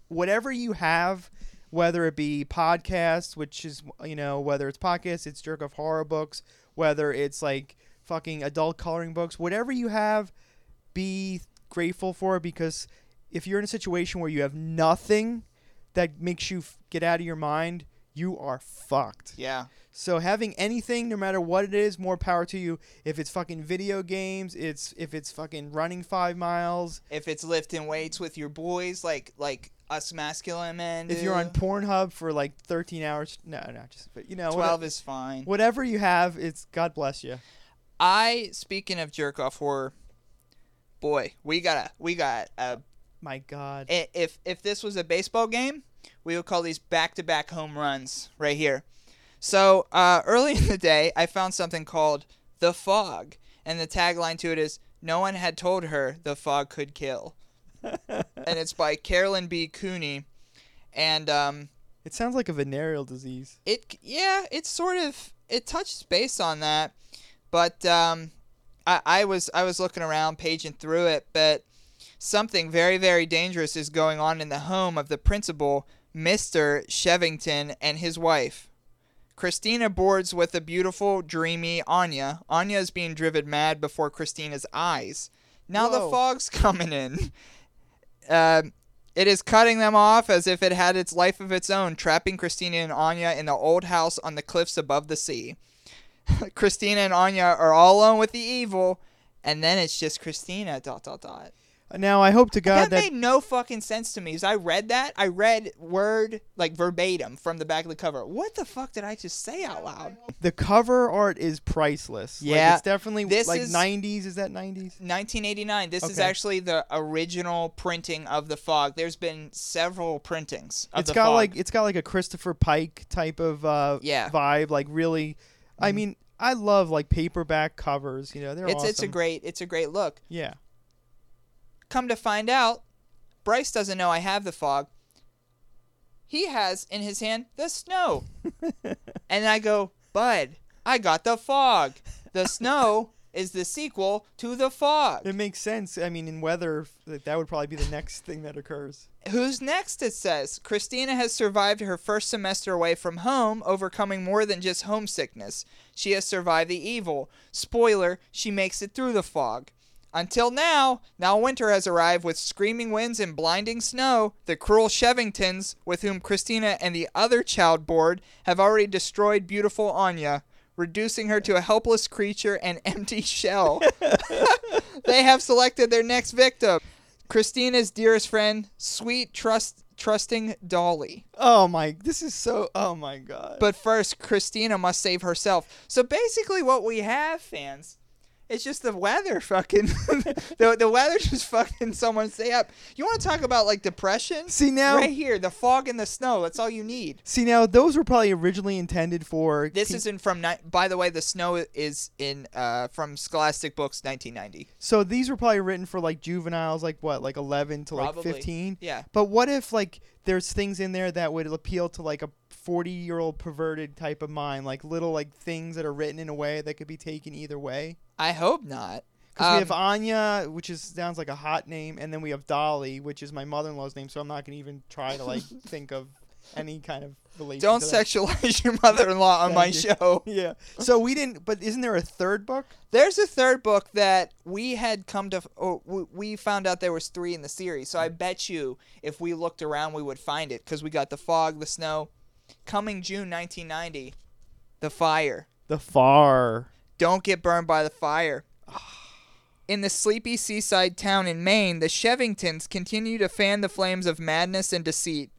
[SPEAKER 2] whatever you have, whether it be podcasts, which is you know whether it's podcasts, it's jerk of horror books, whether it's like fucking adult coloring books, whatever you have, be grateful for because if you're in a situation where you have nothing that makes you f- get out of your mind. you are fucked.
[SPEAKER 1] Yeah.
[SPEAKER 2] So having anything, no matter what it is, more power to you. If it's fucking video games, it's if it's fucking running five miles.
[SPEAKER 1] If it's lifting weights with your boys, like like us masculine men.
[SPEAKER 2] If you're on
[SPEAKER 1] do,
[SPEAKER 2] Pornhub for like 13 hours, no, not just, but you know,
[SPEAKER 1] twelve
[SPEAKER 2] whatever,
[SPEAKER 1] is fine.
[SPEAKER 2] whatever you have, it's God bless you.
[SPEAKER 1] I speaking of jerk off horror, boy, we got a we got a
[SPEAKER 2] My God,
[SPEAKER 1] i- if if this was a baseball game, we would call these back to back home runs right here. So uh, early in the day, I found something called the fog, and the tagline to it is "No one had told her the fog could kill," and it's by Carolyn B. Cooney, and um,
[SPEAKER 2] it sounds like a venereal disease.
[SPEAKER 1] it yeah, it's sort of it touches base on that, but um, I, I was I was looking around, paging through it, but something very very dangerous is going on in the home of the principal, Mister Shevington, and his wife. Christina boards with the beautiful, dreamy Anya. Anya is being driven mad before Christina's eyes. Now the
[SPEAKER 2] Whoa.
[SPEAKER 1] fog's coming in. Um it is cutting them off as if it had its life of its own, trapping Christina and Anya in the old house on the cliffs above the sea. Christina and Anya are all alone with the evil, and then it's just Christina. Dot dot dot.
[SPEAKER 2] Now I hope to God
[SPEAKER 1] that,
[SPEAKER 2] that
[SPEAKER 1] made no fucking sense to me. As I read that, I read word like verbatim from the back of the cover. What the fuck did I just say out loud?
[SPEAKER 2] the cover art is priceless. Like,
[SPEAKER 1] Yeah.
[SPEAKER 2] it's definitely
[SPEAKER 1] This
[SPEAKER 2] like
[SPEAKER 1] is-
[SPEAKER 2] 90s. Is that 90s?
[SPEAKER 1] 1989. This is
[SPEAKER 2] Okay.
[SPEAKER 1] actually the original printing of the fog. There's been several printings of
[SPEAKER 2] It's
[SPEAKER 1] the
[SPEAKER 2] got
[SPEAKER 1] fog.
[SPEAKER 2] like it's got like a Christopher Pike type of uh,
[SPEAKER 1] Yeah. Mm-hmm.
[SPEAKER 2] vibe. Like really, I mean, I love like paperback covers. You know, they're
[SPEAKER 1] it's
[SPEAKER 2] awesome.
[SPEAKER 1] it's a great it's a great look.
[SPEAKER 2] yeah.
[SPEAKER 1] Come to find out, Bryce doesn't know I have the fog. He has in his hand the snow. and I go, Bud, I got the fog. The snow is the sequel to the fog.
[SPEAKER 2] It makes sense. I mean, in weather, like, that would probably be the next thing that occurs.
[SPEAKER 1] Who's next? It says Christina has survived her first semester away from home, overcoming more than just homesickness. She has survived the evil. Spoiler, she makes it through the fog. Until now, now winter has arrived with screaming winds and blinding snow. The cruel Shevingtons, with whom Christina and the other child board, have already destroyed beautiful Anya, reducing her to a helpless creature and empty shell. they have selected their next victim. Christina's dearest friend, sweet, trust, trusting Dolly.
[SPEAKER 2] Oh my! This is so. Oh my god.
[SPEAKER 1] But first, Christina must save herself. So basically, what we have, fans, it's just the weather fucking. the, the weather just fucking someone stay up. You want to talk about like depression?
[SPEAKER 2] See, now-
[SPEAKER 1] Right here, the fog and the snow. That's all you need.
[SPEAKER 2] see now, those were probably originally intended for.
[SPEAKER 1] This
[SPEAKER 2] pe-
[SPEAKER 1] isn't from. Ni- By the way, the snow is in uh, from Scholastic Books, 1990.
[SPEAKER 2] so these were probably written for like juveniles, like what, like eleven to
[SPEAKER 1] Probably.
[SPEAKER 2] like fifteen.
[SPEAKER 1] Yeah.
[SPEAKER 2] But what if like there's things in there that would appeal to like a 40 year old perverted type of mind, like little like things that are written in a way that could be taken either way.
[SPEAKER 1] I hope not.
[SPEAKER 2] Because
[SPEAKER 1] Um,
[SPEAKER 2] we have Anya, which is sounds like a hot name, and then we have Dolly, which is my mother in law's name. So I'm not gonna even try to like think of any kind of relation.
[SPEAKER 1] Don't
[SPEAKER 2] to that.
[SPEAKER 1] sexualize your mother-in-law on
[SPEAKER 2] Thank
[SPEAKER 1] my
[SPEAKER 2] you.
[SPEAKER 1] show.
[SPEAKER 2] Yeah. So we didn't. But isn't there a third book?
[SPEAKER 1] There's a third book that we had come to, or we- we found out there was three in the series. So I
[SPEAKER 2] Mm.
[SPEAKER 1] bet you, if we looked around, we would find it because we got the fog, the snow, coming June 1990, the fire.
[SPEAKER 2] The Far.
[SPEAKER 1] Don't get burned by the fire. In the sleepy seaside town in Maine, the Shevingtons continue to fan the flames of madness and deceit.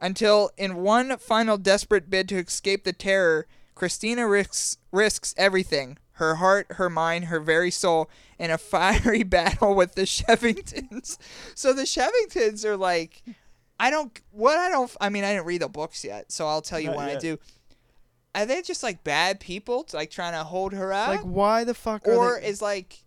[SPEAKER 1] Until, in one final desperate bid to escape the terror, Christina risks, risks everything her heart, her mind, her very soul in a fiery battle with the Shevingtons. So the Shevingtons are like, I don't, what I don't, I mean, I didn't read the books yet, so I'll tell you
[SPEAKER 2] Not
[SPEAKER 1] when I
[SPEAKER 2] yet.
[SPEAKER 1] do. Are they just like bad people, like trying to hold her up?
[SPEAKER 2] Like why the fuck? Are
[SPEAKER 1] Uh, or
[SPEAKER 2] they,
[SPEAKER 1] is like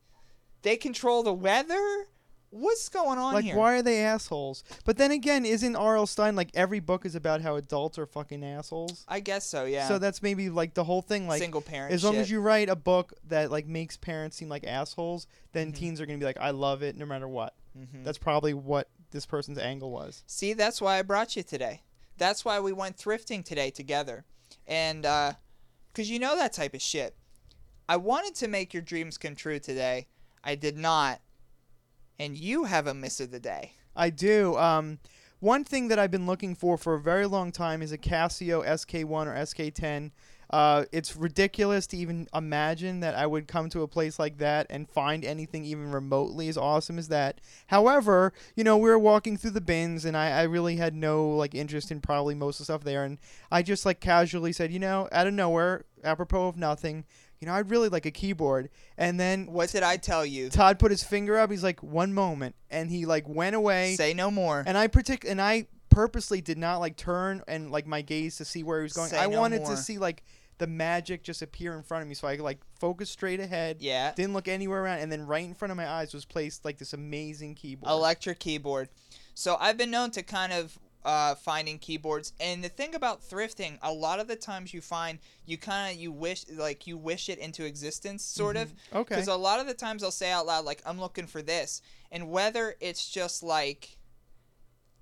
[SPEAKER 1] they control the weather? What's going on
[SPEAKER 2] like
[SPEAKER 1] here?
[SPEAKER 2] why are they assholes? But then again, isn't R.L. Stein like every book is about how adults are fucking assholes?
[SPEAKER 1] I guess so. Yeah.
[SPEAKER 2] So that's maybe like the whole thing. Like
[SPEAKER 1] single parent.
[SPEAKER 2] as long
[SPEAKER 1] shit.
[SPEAKER 2] as you write a book that like makes parents seem like assholes, then
[SPEAKER 1] Mm-hmm.
[SPEAKER 2] teens are gonna be like, I love it no matter what. That's probably what this person's angle was.
[SPEAKER 1] see, that's why I brought you today. That's why we went thrifting today together, and uh 'cause you know that type of shit. I wanted to make your dreams come true today. I did not, and you have a miss of the day.
[SPEAKER 2] I do. Um, One thing that I've been looking for for a very long time is a Casio SK1 or SK10. Uh, it's ridiculous to even imagine that I would come to a place like that and find anything even remotely as awesome as that. However, you know, we were walking through the bins and I, I really had no like interest in probably most of the stuff there. And I just like casually said, you know, out of nowhere, apropos of nothing, you know, I'd really like a keyboard. And then
[SPEAKER 1] What did I tell you?
[SPEAKER 2] Todd put his finger up. He's like, one moment, and he like went away.
[SPEAKER 1] Say no more.
[SPEAKER 2] and I partic- and I purposely did not like turn and like my gaze to see where he was going.
[SPEAKER 1] Say
[SPEAKER 2] I
[SPEAKER 1] no
[SPEAKER 2] wanted
[SPEAKER 1] more.
[SPEAKER 2] to see like the magic just appear in front of me, so I could like focus straight ahead.
[SPEAKER 1] yeah.
[SPEAKER 2] Didn't look anywhere around, and then right in front of my eyes was placed like this amazing keyboard.
[SPEAKER 1] electric keyboard. So I've been known to kind of uh, finding keyboards, and the thing about thrifting, a lot of the times you find you kind of you wish like you wish it into existence, sort of.
[SPEAKER 2] Mm-hmm. okay.
[SPEAKER 1] Because a lot of the times I'll say out loud like I'm looking for this, and whether it's just like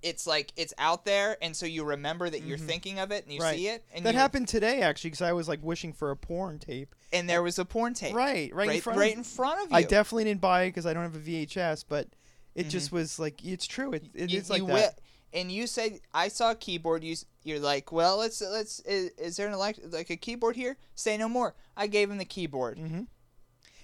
[SPEAKER 1] it's like it's out there, and so you remember that you're
[SPEAKER 2] Mhm.
[SPEAKER 1] thinking of it and you
[SPEAKER 2] Right.
[SPEAKER 1] see it, and
[SPEAKER 2] that
[SPEAKER 1] you-
[SPEAKER 2] happened today actually, because I was like wishing for a porn tape.
[SPEAKER 1] and there was a porn tape
[SPEAKER 2] Right, right, in
[SPEAKER 1] right,
[SPEAKER 2] front.
[SPEAKER 1] right
[SPEAKER 2] of,
[SPEAKER 1] in front of you.
[SPEAKER 2] I definitely didn't buy it because I don't have a VHS, but it just was like it's true. It, it
[SPEAKER 1] Mm-hmm. you,
[SPEAKER 2] is like
[SPEAKER 1] you
[SPEAKER 2] that.
[SPEAKER 1] wi- and you say I saw a keyboard. You s- you're like, well, let's let's is, is there an elect- like a keyboard here? Say no more. I gave him the keyboard.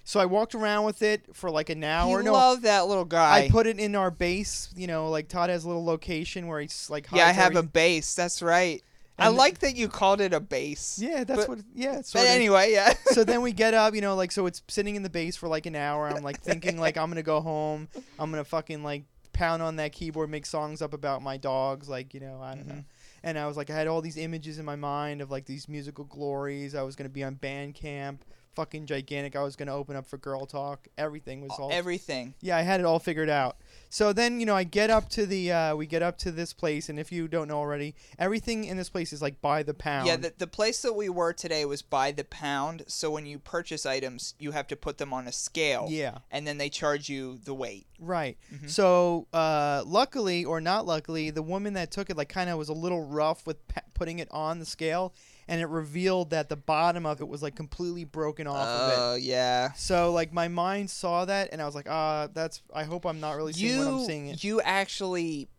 [SPEAKER 2] So I walked around with it for like an
[SPEAKER 1] You
[SPEAKER 2] hour. no,
[SPEAKER 1] love that little guy.
[SPEAKER 2] I put it in our base. You know, like Todd has a little location where he's like.
[SPEAKER 1] yeah, I
[SPEAKER 2] hides
[SPEAKER 1] have a
[SPEAKER 2] everything.
[SPEAKER 1] bass. That's right. I
[SPEAKER 2] And-
[SPEAKER 1] like that you called it a bass.
[SPEAKER 2] Yeah, that's
[SPEAKER 1] but-
[SPEAKER 2] what. Yeah, it's
[SPEAKER 1] But
[SPEAKER 2] sorta-
[SPEAKER 1] anyway, yeah.
[SPEAKER 2] so then we get up, you know, like so it's sitting in the base for like an hour. I'm like thinking like I'm gonna go home. I'm gonna fucking like pound on that keyboard, make songs up about my dogs, like you know, I don't
[SPEAKER 1] Mm-hmm.
[SPEAKER 2] know. And I was like, I had all these images in my mind of like these musical glories. I was gonna be on Bandcamp, fucking gigantic. I was gonna open up for Girl Talk. Everything was all
[SPEAKER 1] Everything.
[SPEAKER 2] yeah, I had it all figured out. So then, you know, I get up to the uh, we get up to this place, and if you don't know already, everything in this place is like by the pound.
[SPEAKER 1] Yeah, the, the place that we were today was by the pound. So when you purchase items, you have to put them on a scale.
[SPEAKER 2] Yeah.
[SPEAKER 1] And then they charge you the weight.
[SPEAKER 2] right.
[SPEAKER 1] Mm-hmm.
[SPEAKER 2] So uh, luckily or not luckily, the woman that took it like kind of was a little rough with pa- putting it on the scale, and it revealed that the bottom of it was like completely broken off of it.
[SPEAKER 1] Oh, yeah.
[SPEAKER 2] So like my mind saw that, and I was like, ah, that's. I hope I'm not really seeing
[SPEAKER 1] you,
[SPEAKER 2] what I'm seeing. It.
[SPEAKER 1] You actually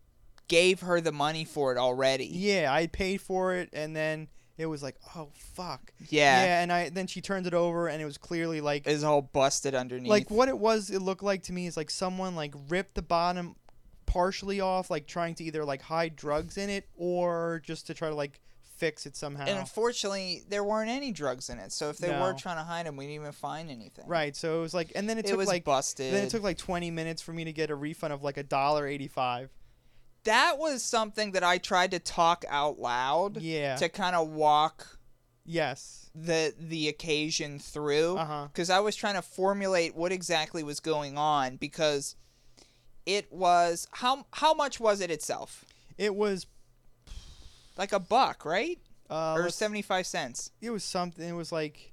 [SPEAKER 1] gave her the money for it already.
[SPEAKER 2] yeah, I paid for it, and then it was like, oh fuck.
[SPEAKER 1] Yeah.
[SPEAKER 2] and I then she turned it over and it was clearly like
[SPEAKER 1] It's all busted underneath.
[SPEAKER 2] like what it was it looked like to me is like someone like ripped the bottom partially off like trying to either like hide drugs in it or just to try to like fix it somehow.
[SPEAKER 1] and unfortunately, there weren't any drugs in it. So if they were
[SPEAKER 2] No.
[SPEAKER 1] trying to hide them, we didn't even find anything.
[SPEAKER 2] right, so it was like and then it
[SPEAKER 1] It,
[SPEAKER 2] took
[SPEAKER 1] was
[SPEAKER 2] like
[SPEAKER 1] busted.
[SPEAKER 2] then it took like 20 minutes for me to get a refund of like a dollar 85.
[SPEAKER 1] that was something that I tried to talk out loud
[SPEAKER 2] Yeah.
[SPEAKER 1] to kind of walk
[SPEAKER 2] Yes.
[SPEAKER 1] the the occasion through
[SPEAKER 2] Uh-huh.
[SPEAKER 1] because I was trying to formulate what exactly was going on because it was how how much was it itself?
[SPEAKER 2] It was
[SPEAKER 1] Like a buck, right?
[SPEAKER 2] uh
[SPEAKER 1] or
[SPEAKER 2] let's-
[SPEAKER 1] 75 cents.
[SPEAKER 2] it was something it was like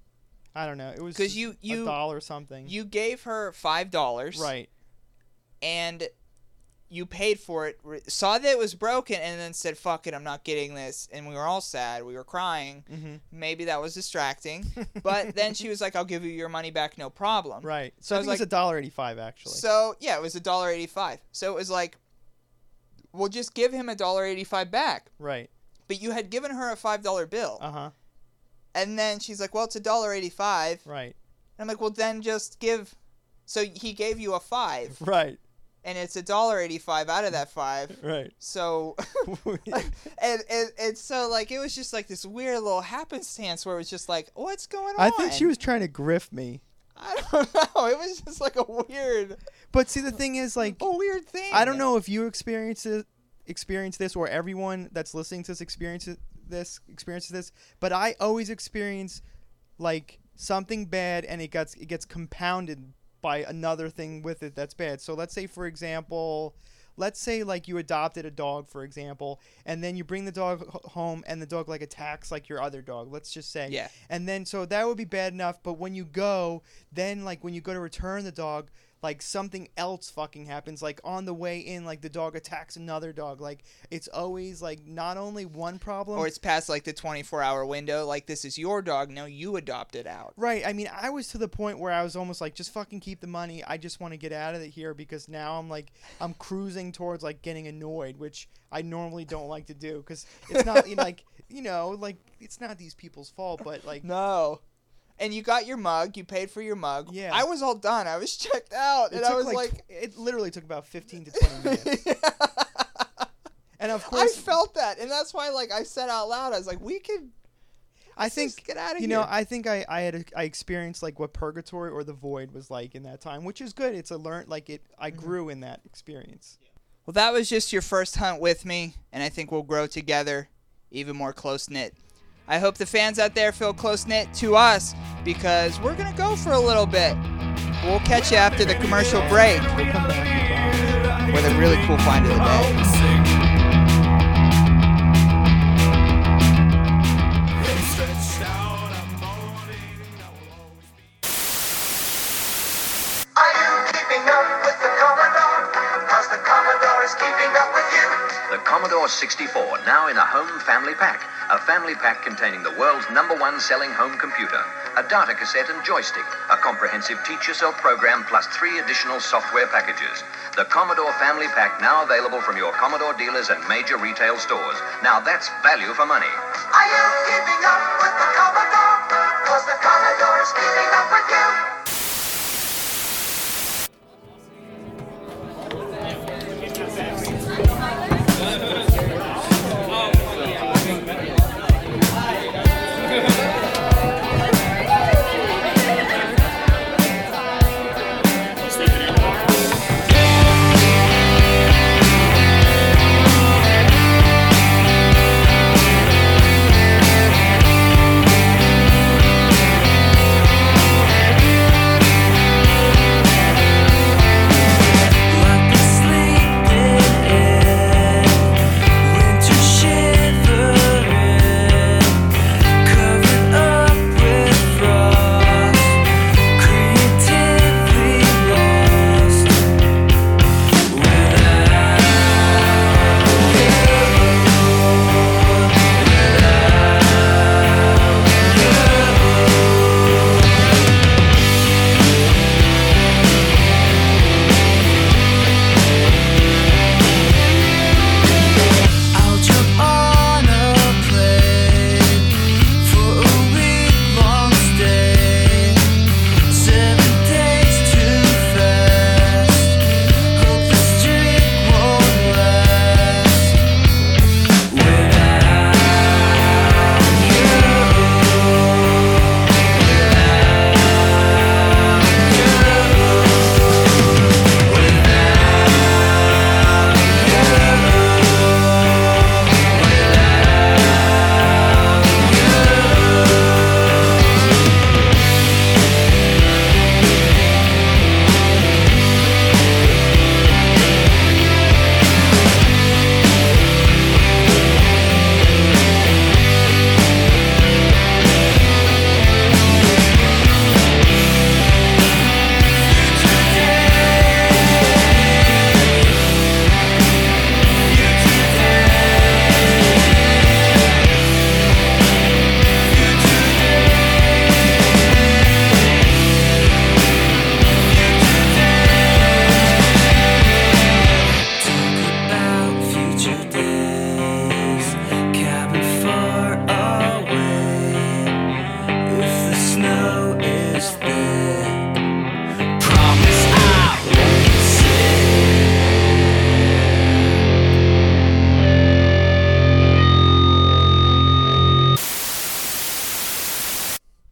[SPEAKER 2] I don't know. It was
[SPEAKER 1] 'Cause you- you-
[SPEAKER 2] a dollar something.
[SPEAKER 1] You gave her five dollars,
[SPEAKER 2] Mm-hmm. right.
[SPEAKER 1] And you paid for it. re- Saw that it was broken, and then said, "Fuck it, I'm not getting this." And we were all sad. We were crying.
[SPEAKER 2] Mhm.
[SPEAKER 1] Maybe that was distracting, but then she was like, "I'll give you your money back, no problem."
[SPEAKER 2] Right. So
[SPEAKER 1] I
[SPEAKER 2] I,
[SPEAKER 1] was
[SPEAKER 2] think it's
[SPEAKER 1] like-
[SPEAKER 2] a dollar 85 actually.
[SPEAKER 1] So yeah, it was a dollar eighty-five. So it was like, "We'll just give him a dollar eighty-five back."
[SPEAKER 2] right.
[SPEAKER 1] But you had given her a five dollar bill,
[SPEAKER 2] Uh-huh.
[SPEAKER 1] and then she's like, "Well, it's a dollar eighty-five."
[SPEAKER 2] Right.
[SPEAKER 1] And I'm like, "Well, then just give." So he gave you a five.
[SPEAKER 2] Right.
[SPEAKER 1] and it's a dollar eighty five out of that five.
[SPEAKER 2] Right.
[SPEAKER 1] So, and, and and so like it was just like this weird little happenstance where it was just like, what's going on?
[SPEAKER 2] I think she was trying to grift me.
[SPEAKER 1] I don't know. It was just like a weird,
[SPEAKER 2] But see, the thing is, like,
[SPEAKER 1] oh, a weird thing.
[SPEAKER 2] I don't know if you experience it, experience this, or everyone that's listening to this experiences this, experiences this. But I always experience like something bad, and it gets it gets compounded by another thing with it that's bad. So let's say, for example. Let's say like you adopted a dog, for example, and then you bring the dog h- home, and the dog like attacks like your other dog. Let's just say,
[SPEAKER 1] Yeah.
[SPEAKER 2] And then so that would be bad enough, but when you go, then like when you go to return the dog, like something else fucking happens. Like on the way in, like the dog attacks another dog. Like it's always like not only one problem.
[SPEAKER 1] Or it's past like the 24 hour window. Like this is your dog. No, you adopt it out.
[SPEAKER 2] Right. I mean, I was to the point where I was almost like, just fucking keep the money. I just want to get out of it here because now I'm like, I'm cruising towards like getting annoyed, which I normally don't like to do because it's not you know, like, you know, like it's not these people's fault, but like,
[SPEAKER 1] No. And you got your mug. You paid for your mug.
[SPEAKER 2] Yeah.
[SPEAKER 1] I was all done. I was checked out,
[SPEAKER 2] it
[SPEAKER 1] and
[SPEAKER 2] took
[SPEAKER 1] I was
[SPEAKER 2] like,
[SPEAKER 1] like,
[SPEAKER 2] it literally took about 15 to 20 minutes. And of
[SPEAKER 1] I
[SPEAKER 2] course,
[SPEAKER 1] felt that, and that's why, like, I said out loud, I was like, we could.
[SPEAKER 2] I
[SPEAKER 1] let's
[SPEAKER 2] think
[SPEAKER 1] just get out of
[SPEAKER 2] you
[SPEAKER 1] here.
[SPEAKER 2] know i think i i had a, i experienced like what purgatory or the void was like in that time which is good it's a learn like it i
[SPEAKER 1] Mm-hmm.
[SPEAKER 2] grew in that experience
[SPEAKER 1] Well, that was just your first hunt with me, and I think we'll grow together even more close knit. I hope the fans out there feel close knit to us because we're going to go for a little bit. We'll catch you after the commercial break with a really cool find of the day.
[SPEAKER 3] Stretched out, I'm moaning. I will always be.
[SPEAKER 4] Are you keeping up with the Commodore? Cause the Commodore is keeping up with you.
[SPEAKER 5] The Commodore 64, now in a home family pack. A family pack containing the world's number one selling home computer, a data cassette and joystick, a comprehensive teach yourself program, plus three additional software packages. The Commodore Family Pack now available from your Commodore dealers and major retail stores. Now that's value for money.
[SPEAKER 4] Are you keeping up with the Commodore? Cause the Commodore is keeping up with you.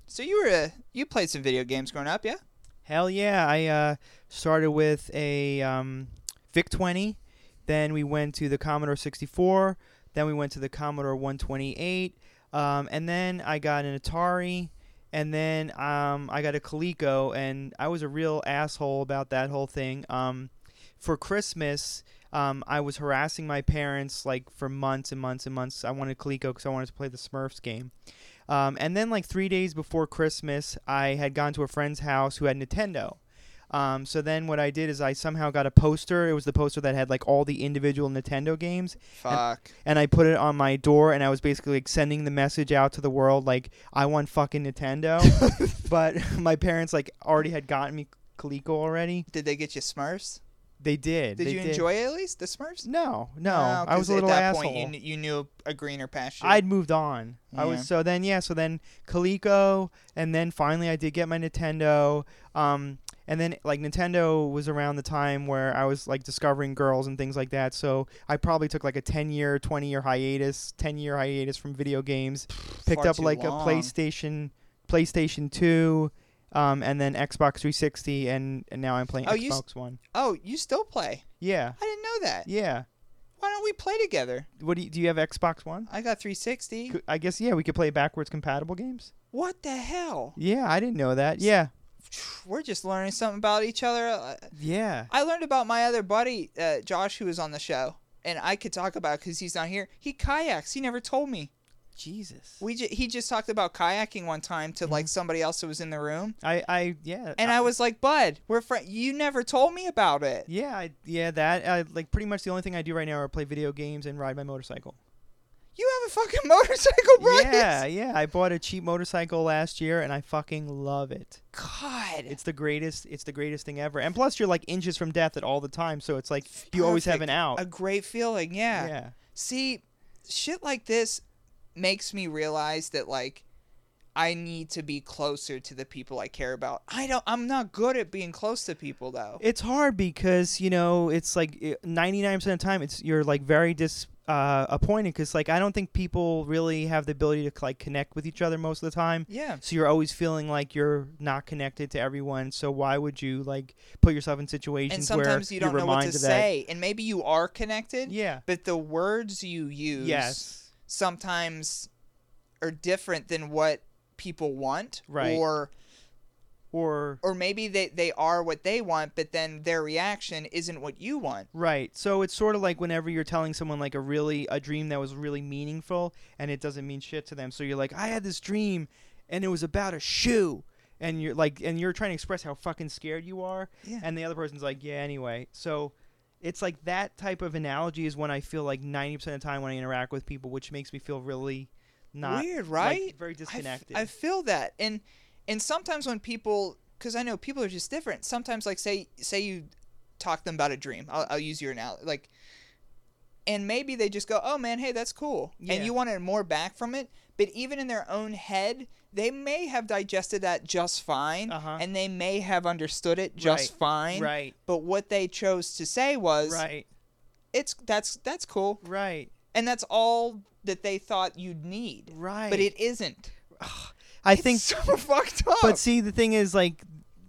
[SPEAKER 1] So you were a, you played some video games growing up, yeah?
[SPEAKER 2] Hell yeah! I uh, started with a um, VIC 20, then we went to the Commodore 64, then we went to the Commodore 128, um, and then I got an Atari, and then um, I got a Coleco, and I was a real asshole about that whole thing. Um, for Christmas, um, I was harassing my parents like for months and months and months. I wanted Coleco because I wanted to play the Smurfs game. Um, and then, like three days before Christmas, I had gone to a friend's house who had Nintendo. Um, so then what I did is I somehow got a poster. It was the poster that had like all the individual Nintendo games,
[SPEAKER 1] Fuck.
[SPEAKER 2] and I put it on my door, and I was basically like sending the message out to the world like I want fucking Nintendo. but my parents like already had gotten me Coleco already.
[SPEAKER 1] Did they get you Smurfs?
[SPEAKER 2] They did.
[SPEAKER 1] Did
[SPEAKER 2] they
[SPEAKER 1] you enjoy it at least the Smurfs?
[SPEAKER 2] No, no,
[SPEAKER 1] No,
[SPEAKER 2] I
[SPEAKER 1] 'cause
[SPEAKER 2] was a little
[SPEAKER 1] at that
[SPEAKER 2] asshole.
[SPEAKER 1] Point, you, kn- you knew a greener pasture.
[SPEAKER 2] I'd moved on. I
[SPEAKER 1] Yeah.
[SPEAKER 2] was so then yeah, so then Coleco and then finally I did get my Nintendo. Um and then like Nintendo was around the time where I was like discovering girls and things like that. So I probably took like a 10 year, 20 year hiatus, 10 year hiatus from video games. Picked
[SPEAKER 1] far
[SPEAKER 2] up
[SPEAKER 1] too
[SPEAKER 2] like
[SPEAKER 1] long.
[SPEAKER 2] a PlayStation PlayStation 2 um and then Xbox 360 and, and now I'm playing
[SPEAKER 1] Oh, you s-
[SPEAKER 2] Xbox One.
[SPEAKER 1] oh, you still play?
[SPEAKER 2] Yeah.
[SPEAKER 1] I didn't know that.
[SPEAKER 2] Yeah.
[SPEAKER 1] Why don't we play together?
[SPEAKER 2] What do you, do you have Xbox One?
[SPEAKER 1] I got 360.
[SPEAKER 2] I guess yeah, we could play backwards compatible games.
[SPEAKER 1] What the hell?
[SPEAKER 2] Yeah, I didn't know that. Yeah.
[SPEAKER 1] We're just learning something about each other. Uh,
[SPEAKER 2] Yeah.
[SPEAKER 1] I learned about my other buddy, uh, Josh, who was on the show, and I could talk about because he's not here. He kayaks. He never told me.
[SPEAKER 2] Jesus.
[SPEAKER 1] We ju- he just talked about kayaking one time to like somebody else that was in the room,
[SPEAKER 2] I I Mm-hmm. yeah.
[SPEAKER 1] and I was like, "Bud, we're friend. You never told me about it."
[SPEAKER 2] yeah, I, yeah, that I, like pretty much the only thing I do right now are play video games and ride my motorcycle.
[SPEAKER 1] You have a fucking motorcycle, bro.
[SPEAKER 2] Yeah, yeah. I bought a cheap motorcycle last year and I fucking love it.
[SPEAKER 1] God.
[SPEAKER 2] It's the greatest. It's the greatest thing ever. And plus, you're like inches from death at all the time, so it's like you always have an
[SPEAKER 1] Perfect.
[SPEAKER 2] out.
[SPEAKER 1] A great feeling, yeah.
[SPEAKER 2] Yeah.
[SPEAKER 1] See, shit like this makes me realize that like I need to be closer to the people I care about. I don't I'm not good at being close to people though.
[SPEAKER 2] It's hard because you know it's like ninety nine percent of the time it's you're like very dis uh, appointed because like I don't think people really have the ability to like connect with each other most of the time.
[SPEAKER 1] Yeah.
[SPEAKER 2] So you're always feeling like you're not connected to everyone. So why would you like put yourself in situations
[SPEAKER 1] And
[SPEAKER 2] where
[SPEAKER 1] sometimes you don't
[SPEAKER 2] are
[SPEAKER 1] know what to
[SPEAKER 2] reminded that-
[SPEAKER 1] say. And maybe you are connected.
[SPEAKER 2] Yeah.
[SPEAKER 1] But the words you use
[SPEAKER 2] Yes.
[SPEAKER 1] sometimes are different than what people want.
[SPEAKER 2] Right.
[SPEAKER 1] Or
[SPEAKER 2] Or
[SPEAKER 1] or maybe they, they are what they want, but then their reaction isn't what you want.
[SPEAKER 2] Right. So it's sort of like whenever you're telling someone like a really a dream that was really meaningful and it doesn't mean shit to them. So you're like, I had this dream and it was about a shoe and you're like and you're trying to express how fucking scared you are
[SPEAKER 1] Yeah.
[SPEAKER 2] and the other person's like, Yeah, anyway. So it's like that type of analogy is when I feel like ninety percent of the time when I interact with people, which makes me feel really not
[SPEAKER 1] weird,
[SPEAKER 2] like,
[SPEAKER 1] right? I
[SPEAKER 2] very
[SPEAKER 1] f-
[SPEAKER 2] disconnected.
[SPEAKER 1] I, feel that, and and sometimes when people, because I know people are just different. Sometimes, like say say you talk to them about a dream. I'll, I'll use your analogy, like, and maybe they just go, "Oh man, hey, that's cool,"
[SPEAKER 2] Yeah.
[SPEAKER 1] and you wanted more back from it. But even in their own head, they may have digested that just fine,
[SPEAKER 2] Uh-huh.
[SPEAKER 1] and they may have understood it just
[SPEAKER 2] Right,
[SPEAKER 1] fine.
[SPEAKER 2] right.
[SPEAKER 1] But what they chose to say was,
[SPEAKER 2] right.
[SPEAKER 1] "It's that's that's cool,"
[SPEAKER 2] Right.
[SPEAKER 1] and that's all that they thought you'd need.
[SPEAKER 2] Right.
[SPEAKER 1] But it isn't.
[SPEAKER 2] I think
[SPEAKER 1] so fucked up.
[SPEAKER 2] But see, the thing is, like,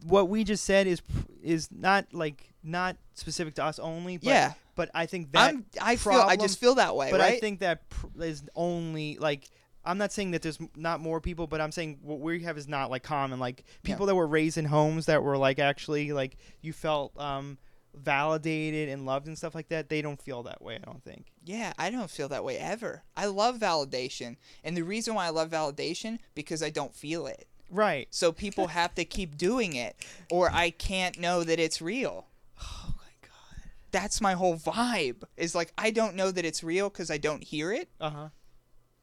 [SPEAKER 2] what we just said is is not like not specific to us only. But,
[SPEAKER 1] Yeah.
[SPEAKER 2] But I think that
[SPEAKER 1] I'm, I feel I
[SPEAKER 2] problem-
[SPEAKER 1] just feel that way,
[SPEAKER 2] But
[SPEAKER 1] right?
[SPEAKER 2] I think that pr- is only like. I'm not saying that there's m- not more people, but I'm saying what we have is not like common. Like people that were raised in homes that were like actually like you felt um, validated and loved and stuff like that. They don't feel that way. I don't think.
[SPEAKER 1] yeah, I don't feel that way ever. I love validation, and the reason why I love validation because I don't feel it.
[SPEAKER 2] Right.
[SPEAKER 1] So people have to keep doing it, or I can't know that it's real.
[SPEAKER 2] Oh my god.
[SPEAKER 1] That's my whole vibe. Is like I don't know that it's real because I don't hear it,
[SPEAKER 2] Uh huh.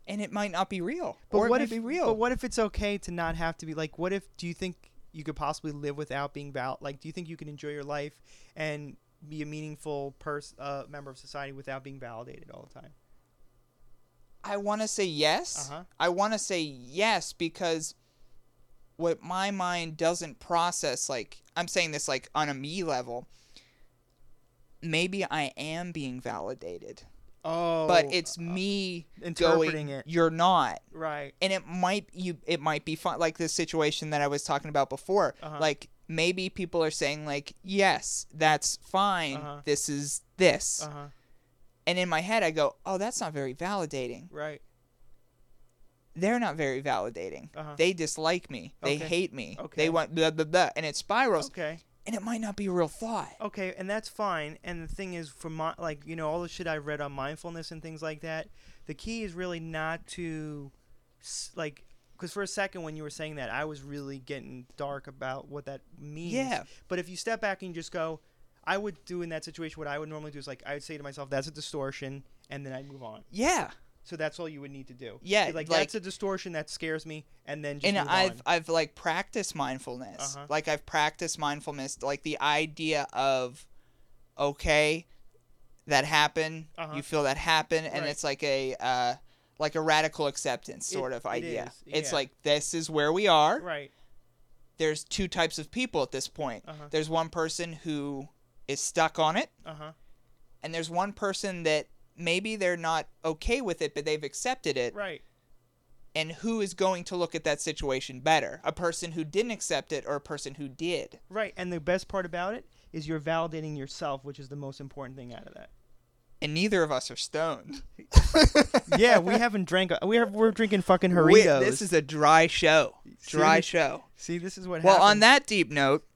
[SPEAKER 1] and it might not be real,
[SPEAKER 2] But
[SPEAKER 1] or
[SPEAKER 2] what
[SPEAKER 1] it
[SPEAKER 2] if
[SPEAKER 1] might be real.
[SPEAKER 2] But what if it's okay to not have to be like? What if do you think you could possibly live without being val? Like, do you think you can enjoy your life and be a meaningful pers- uh, member of society without being validated all the time?
[SPEAKER 1] I want to say yes.
[SPEAKER 2] Uh-huh.
[SPEAKER 1] I want to say yes because what my mind doesn't process, like, I'm saying this like on a me level, maybe I am being validated,
[SPEAKER 2] Oh,
[SPEAKER 1] but it's me
[SPEAKER 2] interpreting
[SPEAKER 1] going,
[SPEAKER 2] it.
[SPEAKER 1] You're not.
[SPEAKER 2] right.
[SPEAKER 1] And it might you it might be fun like this situation that I was talking about before.
[SPEAKER 2] Uh-huh.
[SPEAKER 1] Like maybe people are saying like, "Yes, that's fine.
[SPEAKER 2] Uh-huh.
[SPEAKER 1] This is this."
[SPEAKER 2] Uh huh.
[SPEAKER 1] And in my head I go, "Oh, that's not very validating."
[SPEAKER 2] Right.
[SPEAKER 1] they're not very validating.
[SPEAKER 2] Uh-huh.
[SPEAKER 1] They dislike me. They
[SPEAKER 2] Okay.
[SPEAKER 1] hate me.
[SPEAKER 2] Okay.
[SPEAKER 1] They want blah blah blah, and it spirals.
[SPEAKER 2] Okay. Oh.
[SPEAKER 1] And it might not be real thought.
[SPEAKER 2] Okay, and that's fine. And the thing is, for my like you know all the shit I read on mindfulness and things like that, the key is really not to s- like because for a second when you were saying that, I was really getting dark about what that means.
[SPEAKER 1] Yeah.
[SPEAKER 2] But if you step back and you just go, I would do in that situation what I would normally do is like I would say to myself, "That's a distortion," and then I'd move on.
[SPEAKER 1] Yeah.
[SPEAKER 2] So that's all you would need to do.
[SPEAKER 1] Yeah,
[SPEAKER 2] Be like,
[SPEAKER 1] like-
[SPEAKER 2] that's a distortion that scares me, and then just
[SPEAKER 1] and
[SPEAKER 2] move
[SPEAKER 1] I've
[SPEAKER 2] on.
[SPEAKER 1] I've like practiced mindfulness.
[SPEAKER 2] Uh-huh.
[SPEAKER 1] Like I've practiced mindfulness, like the idea of okay, that happened.
[SPEAKER 2] Uh-huh.
[SPEAKER 1] You feel that happen, and
[SPEAKER 2] Right.
[SPEAKER 1] it's like a uh, like a radical acceptance sort
[SPEAKER 2] It-
[SPEAKER 1] of
[SPEAKER 2] it
[SPEAKER 1] idea.
[SPEAKER 2] is,
[SPEAKER 1] It's
[SPEAKER 2] yeah.
[SPEAKER 1] like this is where we are.
[SPEAKER 2] right.
[SPEAKER 1] There's two types of people at this point.
[SPEAKER 2] Uh-huh.
[SPEAKER 1] There's one person who is stuck on it,
[SPEAKER 2] Uh huh.
[SPEAKER 1] and there's one person that maybe they're not okay with it, but they've accepted it
[SPEAKER 2] Right.
[SPEAKER 1] and who is going to look at that situation better a person who didn't accept it or a person who did
[SPEAKER 2] Right. And the best part about it is you're validating yourself, which is the most important thing out of that.
[SPEAKER 1] and neither of us are stoned
[SPEAKER 2] yeah, we haven't drank. We have. We're drinking fucking
[SPEAKER 1] We-
[SPEAKER 2] Doritos.
[SPEAKER 1] this is a dry show dry
[SPEAKER 2] this-
[SPEAKER 1] show
[SPEAKER 2] See, this is what.
[SPEAKER 1] well on
[SPEAKER 2] happens.
[SPEAKER 1] that deep note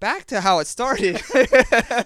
[SPEAKER 1] back to how it started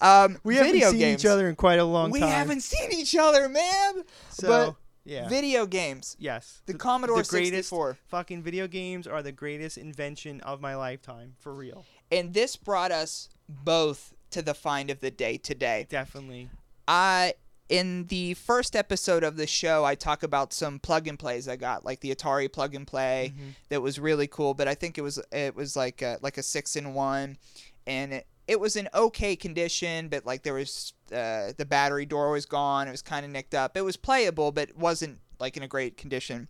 [SPEAKER 1] um
[SPEAKER 2] we haven't
[SPEAKER 1] video
[SPEAKER 2] seen
[SPEAKER 1] games
[SPEAKER 2] each other in quite a long
[SPEAKER 1] we
[SPEAKER 2] time.
[SPEAKER 1] haven't seen each other man
[SPEAKER 2] So
[SPEAKER 1] but
[SPEAKER 2] yeah.
[SPEAKER 1] video games
[SPEAKER 2] yes.
[SPEAKER 1] the Commodore
[SPEAKER 2] the greatest
[SPEAKER 1] 64.
[SPEAKER 2] Fucking video games are the greatest invention of my lifetime, for real.
[SPEAKER 1] and this brought us both to the find of the day today
[SPEAKER 2] Definitely.
[SPEAKER 1] I in the first episode of the show, I talk about some plug and plays I got, like the Atari plug and play that was really cool. But I think it was it was like a, like a six in one, and it, it was in okay condition, but like there was uh, the battery door was gone. It was kind of nicked up. It was playable, but wasn't like in a great condition.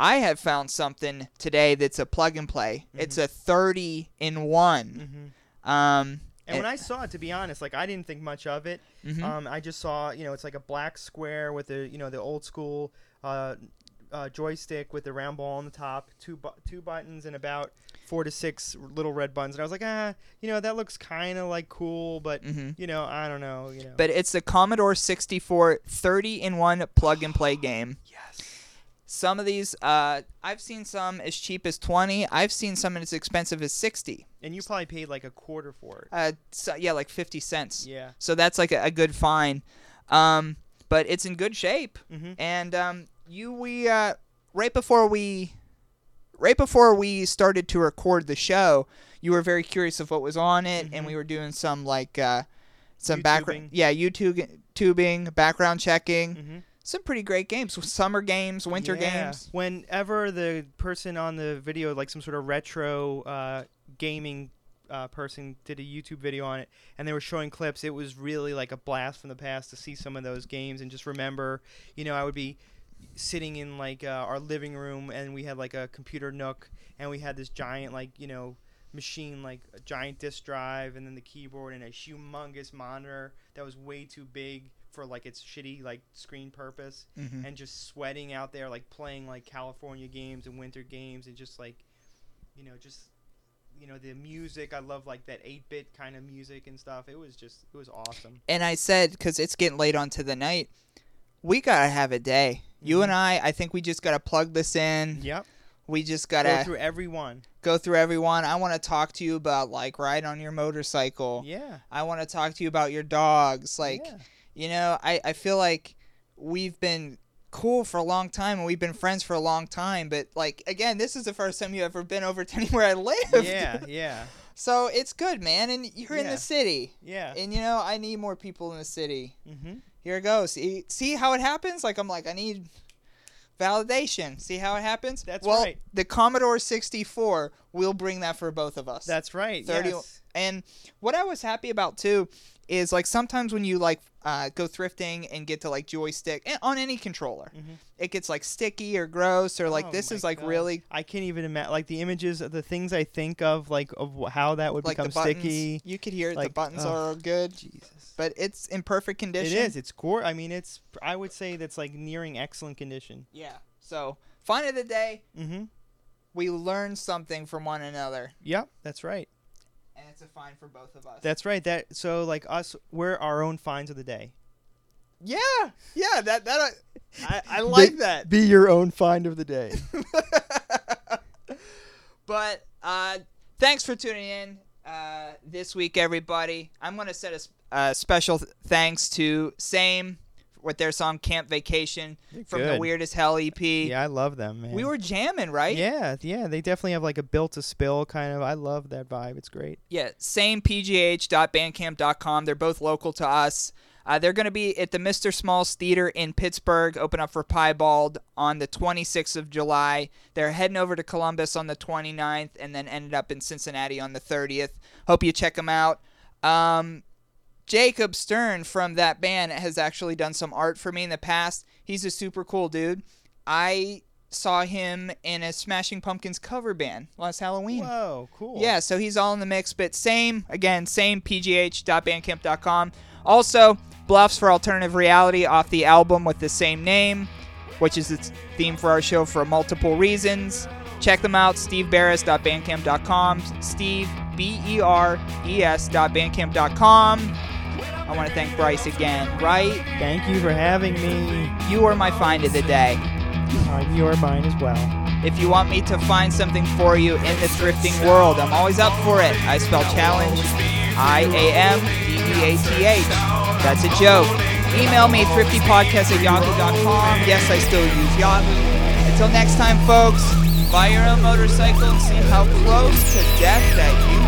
[SPEAKER 1] I have found something today that's a plug and play. It's a thirty in one. Um,
[SPEAKER 2] And when
[SPEAKER 1] it-
[SPEAKER 2] I saw it, to be honest, like I didn't think much of it. Um, I just saw, you know, it's like a black square with the, you know, the old school uh, uh, joystick with the round ball on the top, two bu- two buttons, and about four to six little red buttons. And I was like, ah, you know, that looks kind of like cool, but you know, I don't know, you know.
[SPEAKER 1] but it's the Commodore 64 30 in 1 plug and play game.
[SPEAKER 2] yes,
[SPEAKER 1] Some of these, uh, I've seen some as cheap as 20. I've seen some as expensive as 60.
[SPEAKER 2] and you probably paid like a quarter for it.
[SPEAKER 1] Uh, so, yeah, like 50 cents.
[SPEAKER 2] Yeah.
[SPEAKER 1] So that's like a, a good find. Um, but it's in good shape.
[SPEAKER 2] Mm-hmm.
[SPEAKER 1] And um, you, we, uh, right before we. Right before we started to record the show, you were very curious of what was on it, and we were doing some like uh, some
[SPEAKER 2] Mm-hmm. YouTubing. Mm-hmm.
[SPEAKER 1] background, yeah, YouTube tubing, background checking, some pretty great games, summer games, winter
[SPEAKER 2] Yeah.
[SPEAKER 1] games.
[SPEAKER 2] Whenever the person on the video, like some sort of retro uh, gaming uh, person, did a YouTube video on it, and they were showing clips, it was really like a blast from the past to see some of those games and just remember, you know, I would be sitting in like uh, our living room, and we had like a computer nook, and we had this giant like you know machine like a giant disk drive and then the keyboard and a humongous monitor that was way too big for like its shitty like screen purpose
[SPEAKER 1] Mm-hmm.
[SPEAKER 2] and just sweating out there like playing like California games and winter games and just like you know just you know the music I love like that 8-bit kind of music and stuff it was just it was awesome
[SPEAKER 1] And I said, because it's getting late on to the night, we gotta have a day. You
[SPEAKER 2] Mm-hmm.
[SPEAKER 1] and I, I think we just gotta plug this in.
[SPEAKER 2] yep
[SPEAKER 1] We just
[SPEAKER 2] go
[SPEAKER 1] gotta
[SPEAKER 2] through every one
[SPEAKER 1] go through everyone. I want to talk to you about like ride on your motorcycle.
[SPEAKER 2] yeah
[SPEAKER 1] I want to talk to you about your dogs. Like,
[SPEAKER 2] Yeah.
[SPEAKER 1] you know, I, I feel like we've been cool for a long time and we've been friends for a long time. But, like, again, this is the first time you've ever been over to anywhere I live.
[SPEAKER 2] yeah yeah
[SPEAKER 1] so it's good, man. And you're in
[SPEAKER 2] Yeah.
[SPEAKER 1] the city.
[SPEAKER 2] yeah
[SPEAKER 1] And, you know, I need more people in the city.
[SPEAKER 2] mm-hmm.
[SPEAKER 1] Here it goes. See, see how it happens? Like, I'm like, I need validation. See how it happens?
[SPEAKER 2] That's
[SPEAKER 1] well,
[SPEAKER 2] right.
[SPEAKER 1] The Commodore 64 will bring that for both of us.
[SPEAKER 2] that's right
[SPEAKER 1] 30
[SPEAKER 2] yes.
[SPEAKER 1] and what i was happy about too is like sometimes when you like uh, go thrifting and get to like joystick eh, on any controller it gets like sticky or gross or like
[SPEAKER 2] Mm-hmm. Oh
[SPEAKER 1] this
[SPEAKER 2] my
[SPEAKER 1] is like
[SPEAKER 2] God.
[SPEAKER 1] really
[SPEAKER 2] I can't even imagine like the images of the things I think of like of wh- how that would
[SPEAKER 1] like the
[SPEAKER 2] become
[SPEAKER 1] buttons
[SPEAKER 2] sticky
[SPEAKER 1] you could hear the
[SPEAKER 2] like,
[SPEAKER 1] buttons
[SPEAKER 2] ugh.
[SPEAKER 1] are good
[SPEAKER 2] Jesus
[SPEAKER 1] but it's in perfect
[SPEAKER 2] it
[SPEAKER 1] condition
[SPEAKER 2] is it's gore I mean it's I would say that's like nearing excellent condition
[SPEAKER 1] yeah so fine of the day
[SPEAKER 2] mm-hmm
[SPEAKER 1] we learn something from one another
[SPEAKER 2] yep that's right
[SPEAKER 1] and it's a fine for both of us
[SPEAKER 2] That's right. That so like us, we're our own finds of the day.
[SPEAKER 1] yeah yeah that uh, that i, I like that
[SPEAKER 2] Be your own find of the day.
[SPEAKER 1] But uh, thanks for tuning in uh, this week, everybody. I'm going to set a, s- a special th- thanks to Same with their song Camp Vacation from the
[SPEAKER 2] good.
[SPEAKER 1] Weird as Hell EP.
[SPEAKER 2] Yeah, I love them, man.
[SPEAKER 1] We were jamming, right?
[SPEAKER 2] Yeah, yeah, they definitely have like a built to spill kind of. I love that vibe. It's great.
[SPEAKER 1] Yeah, same pgh.bandcamp.com. They're both local to us. Uh, they're going to be at the Mr. Smalls Theater in Pittsburgh, open up for Piebald on the 26th of July. They're heading over to Columbus on the 29th and then ended up in Cincinnati on the 30th. Hope you check them out. Um, Jacob Stern from that band has actually done some art for me in the past. He's a super cool dude. I saw him in a Smashing Pumpkins cover band last Halloween.
[SPEAKER 2] Whoa, cool.
[SPEAKER 1] Yeah, so he's all in the mix, but same, again, same pgh.bandcamp.com. Also, Bluffs for Alternative Reality off the album with the same name, which is its theme for our show for multiple reasons. Check them out, stevebarris.bandcamp.com, steve, E B-E-R-E-S dot bandcamp.com. I want to thank Bryce again, right?
[SPEAKER 2] Thank you for having me.
[SPEAKER 1] You are my find of the day.
[SPEAKER 2] On your mind as well.
[SPEAKER 1] If you want me to find something for you in the thrifting world, I'm always up for it. I spell challenge I A M D E A T H. That's a joke. Email me thriftypodcast at yahoo.com. Yes, I still use Yahoo. Until next time, folks, buy your own motorcycle and see how close to death that you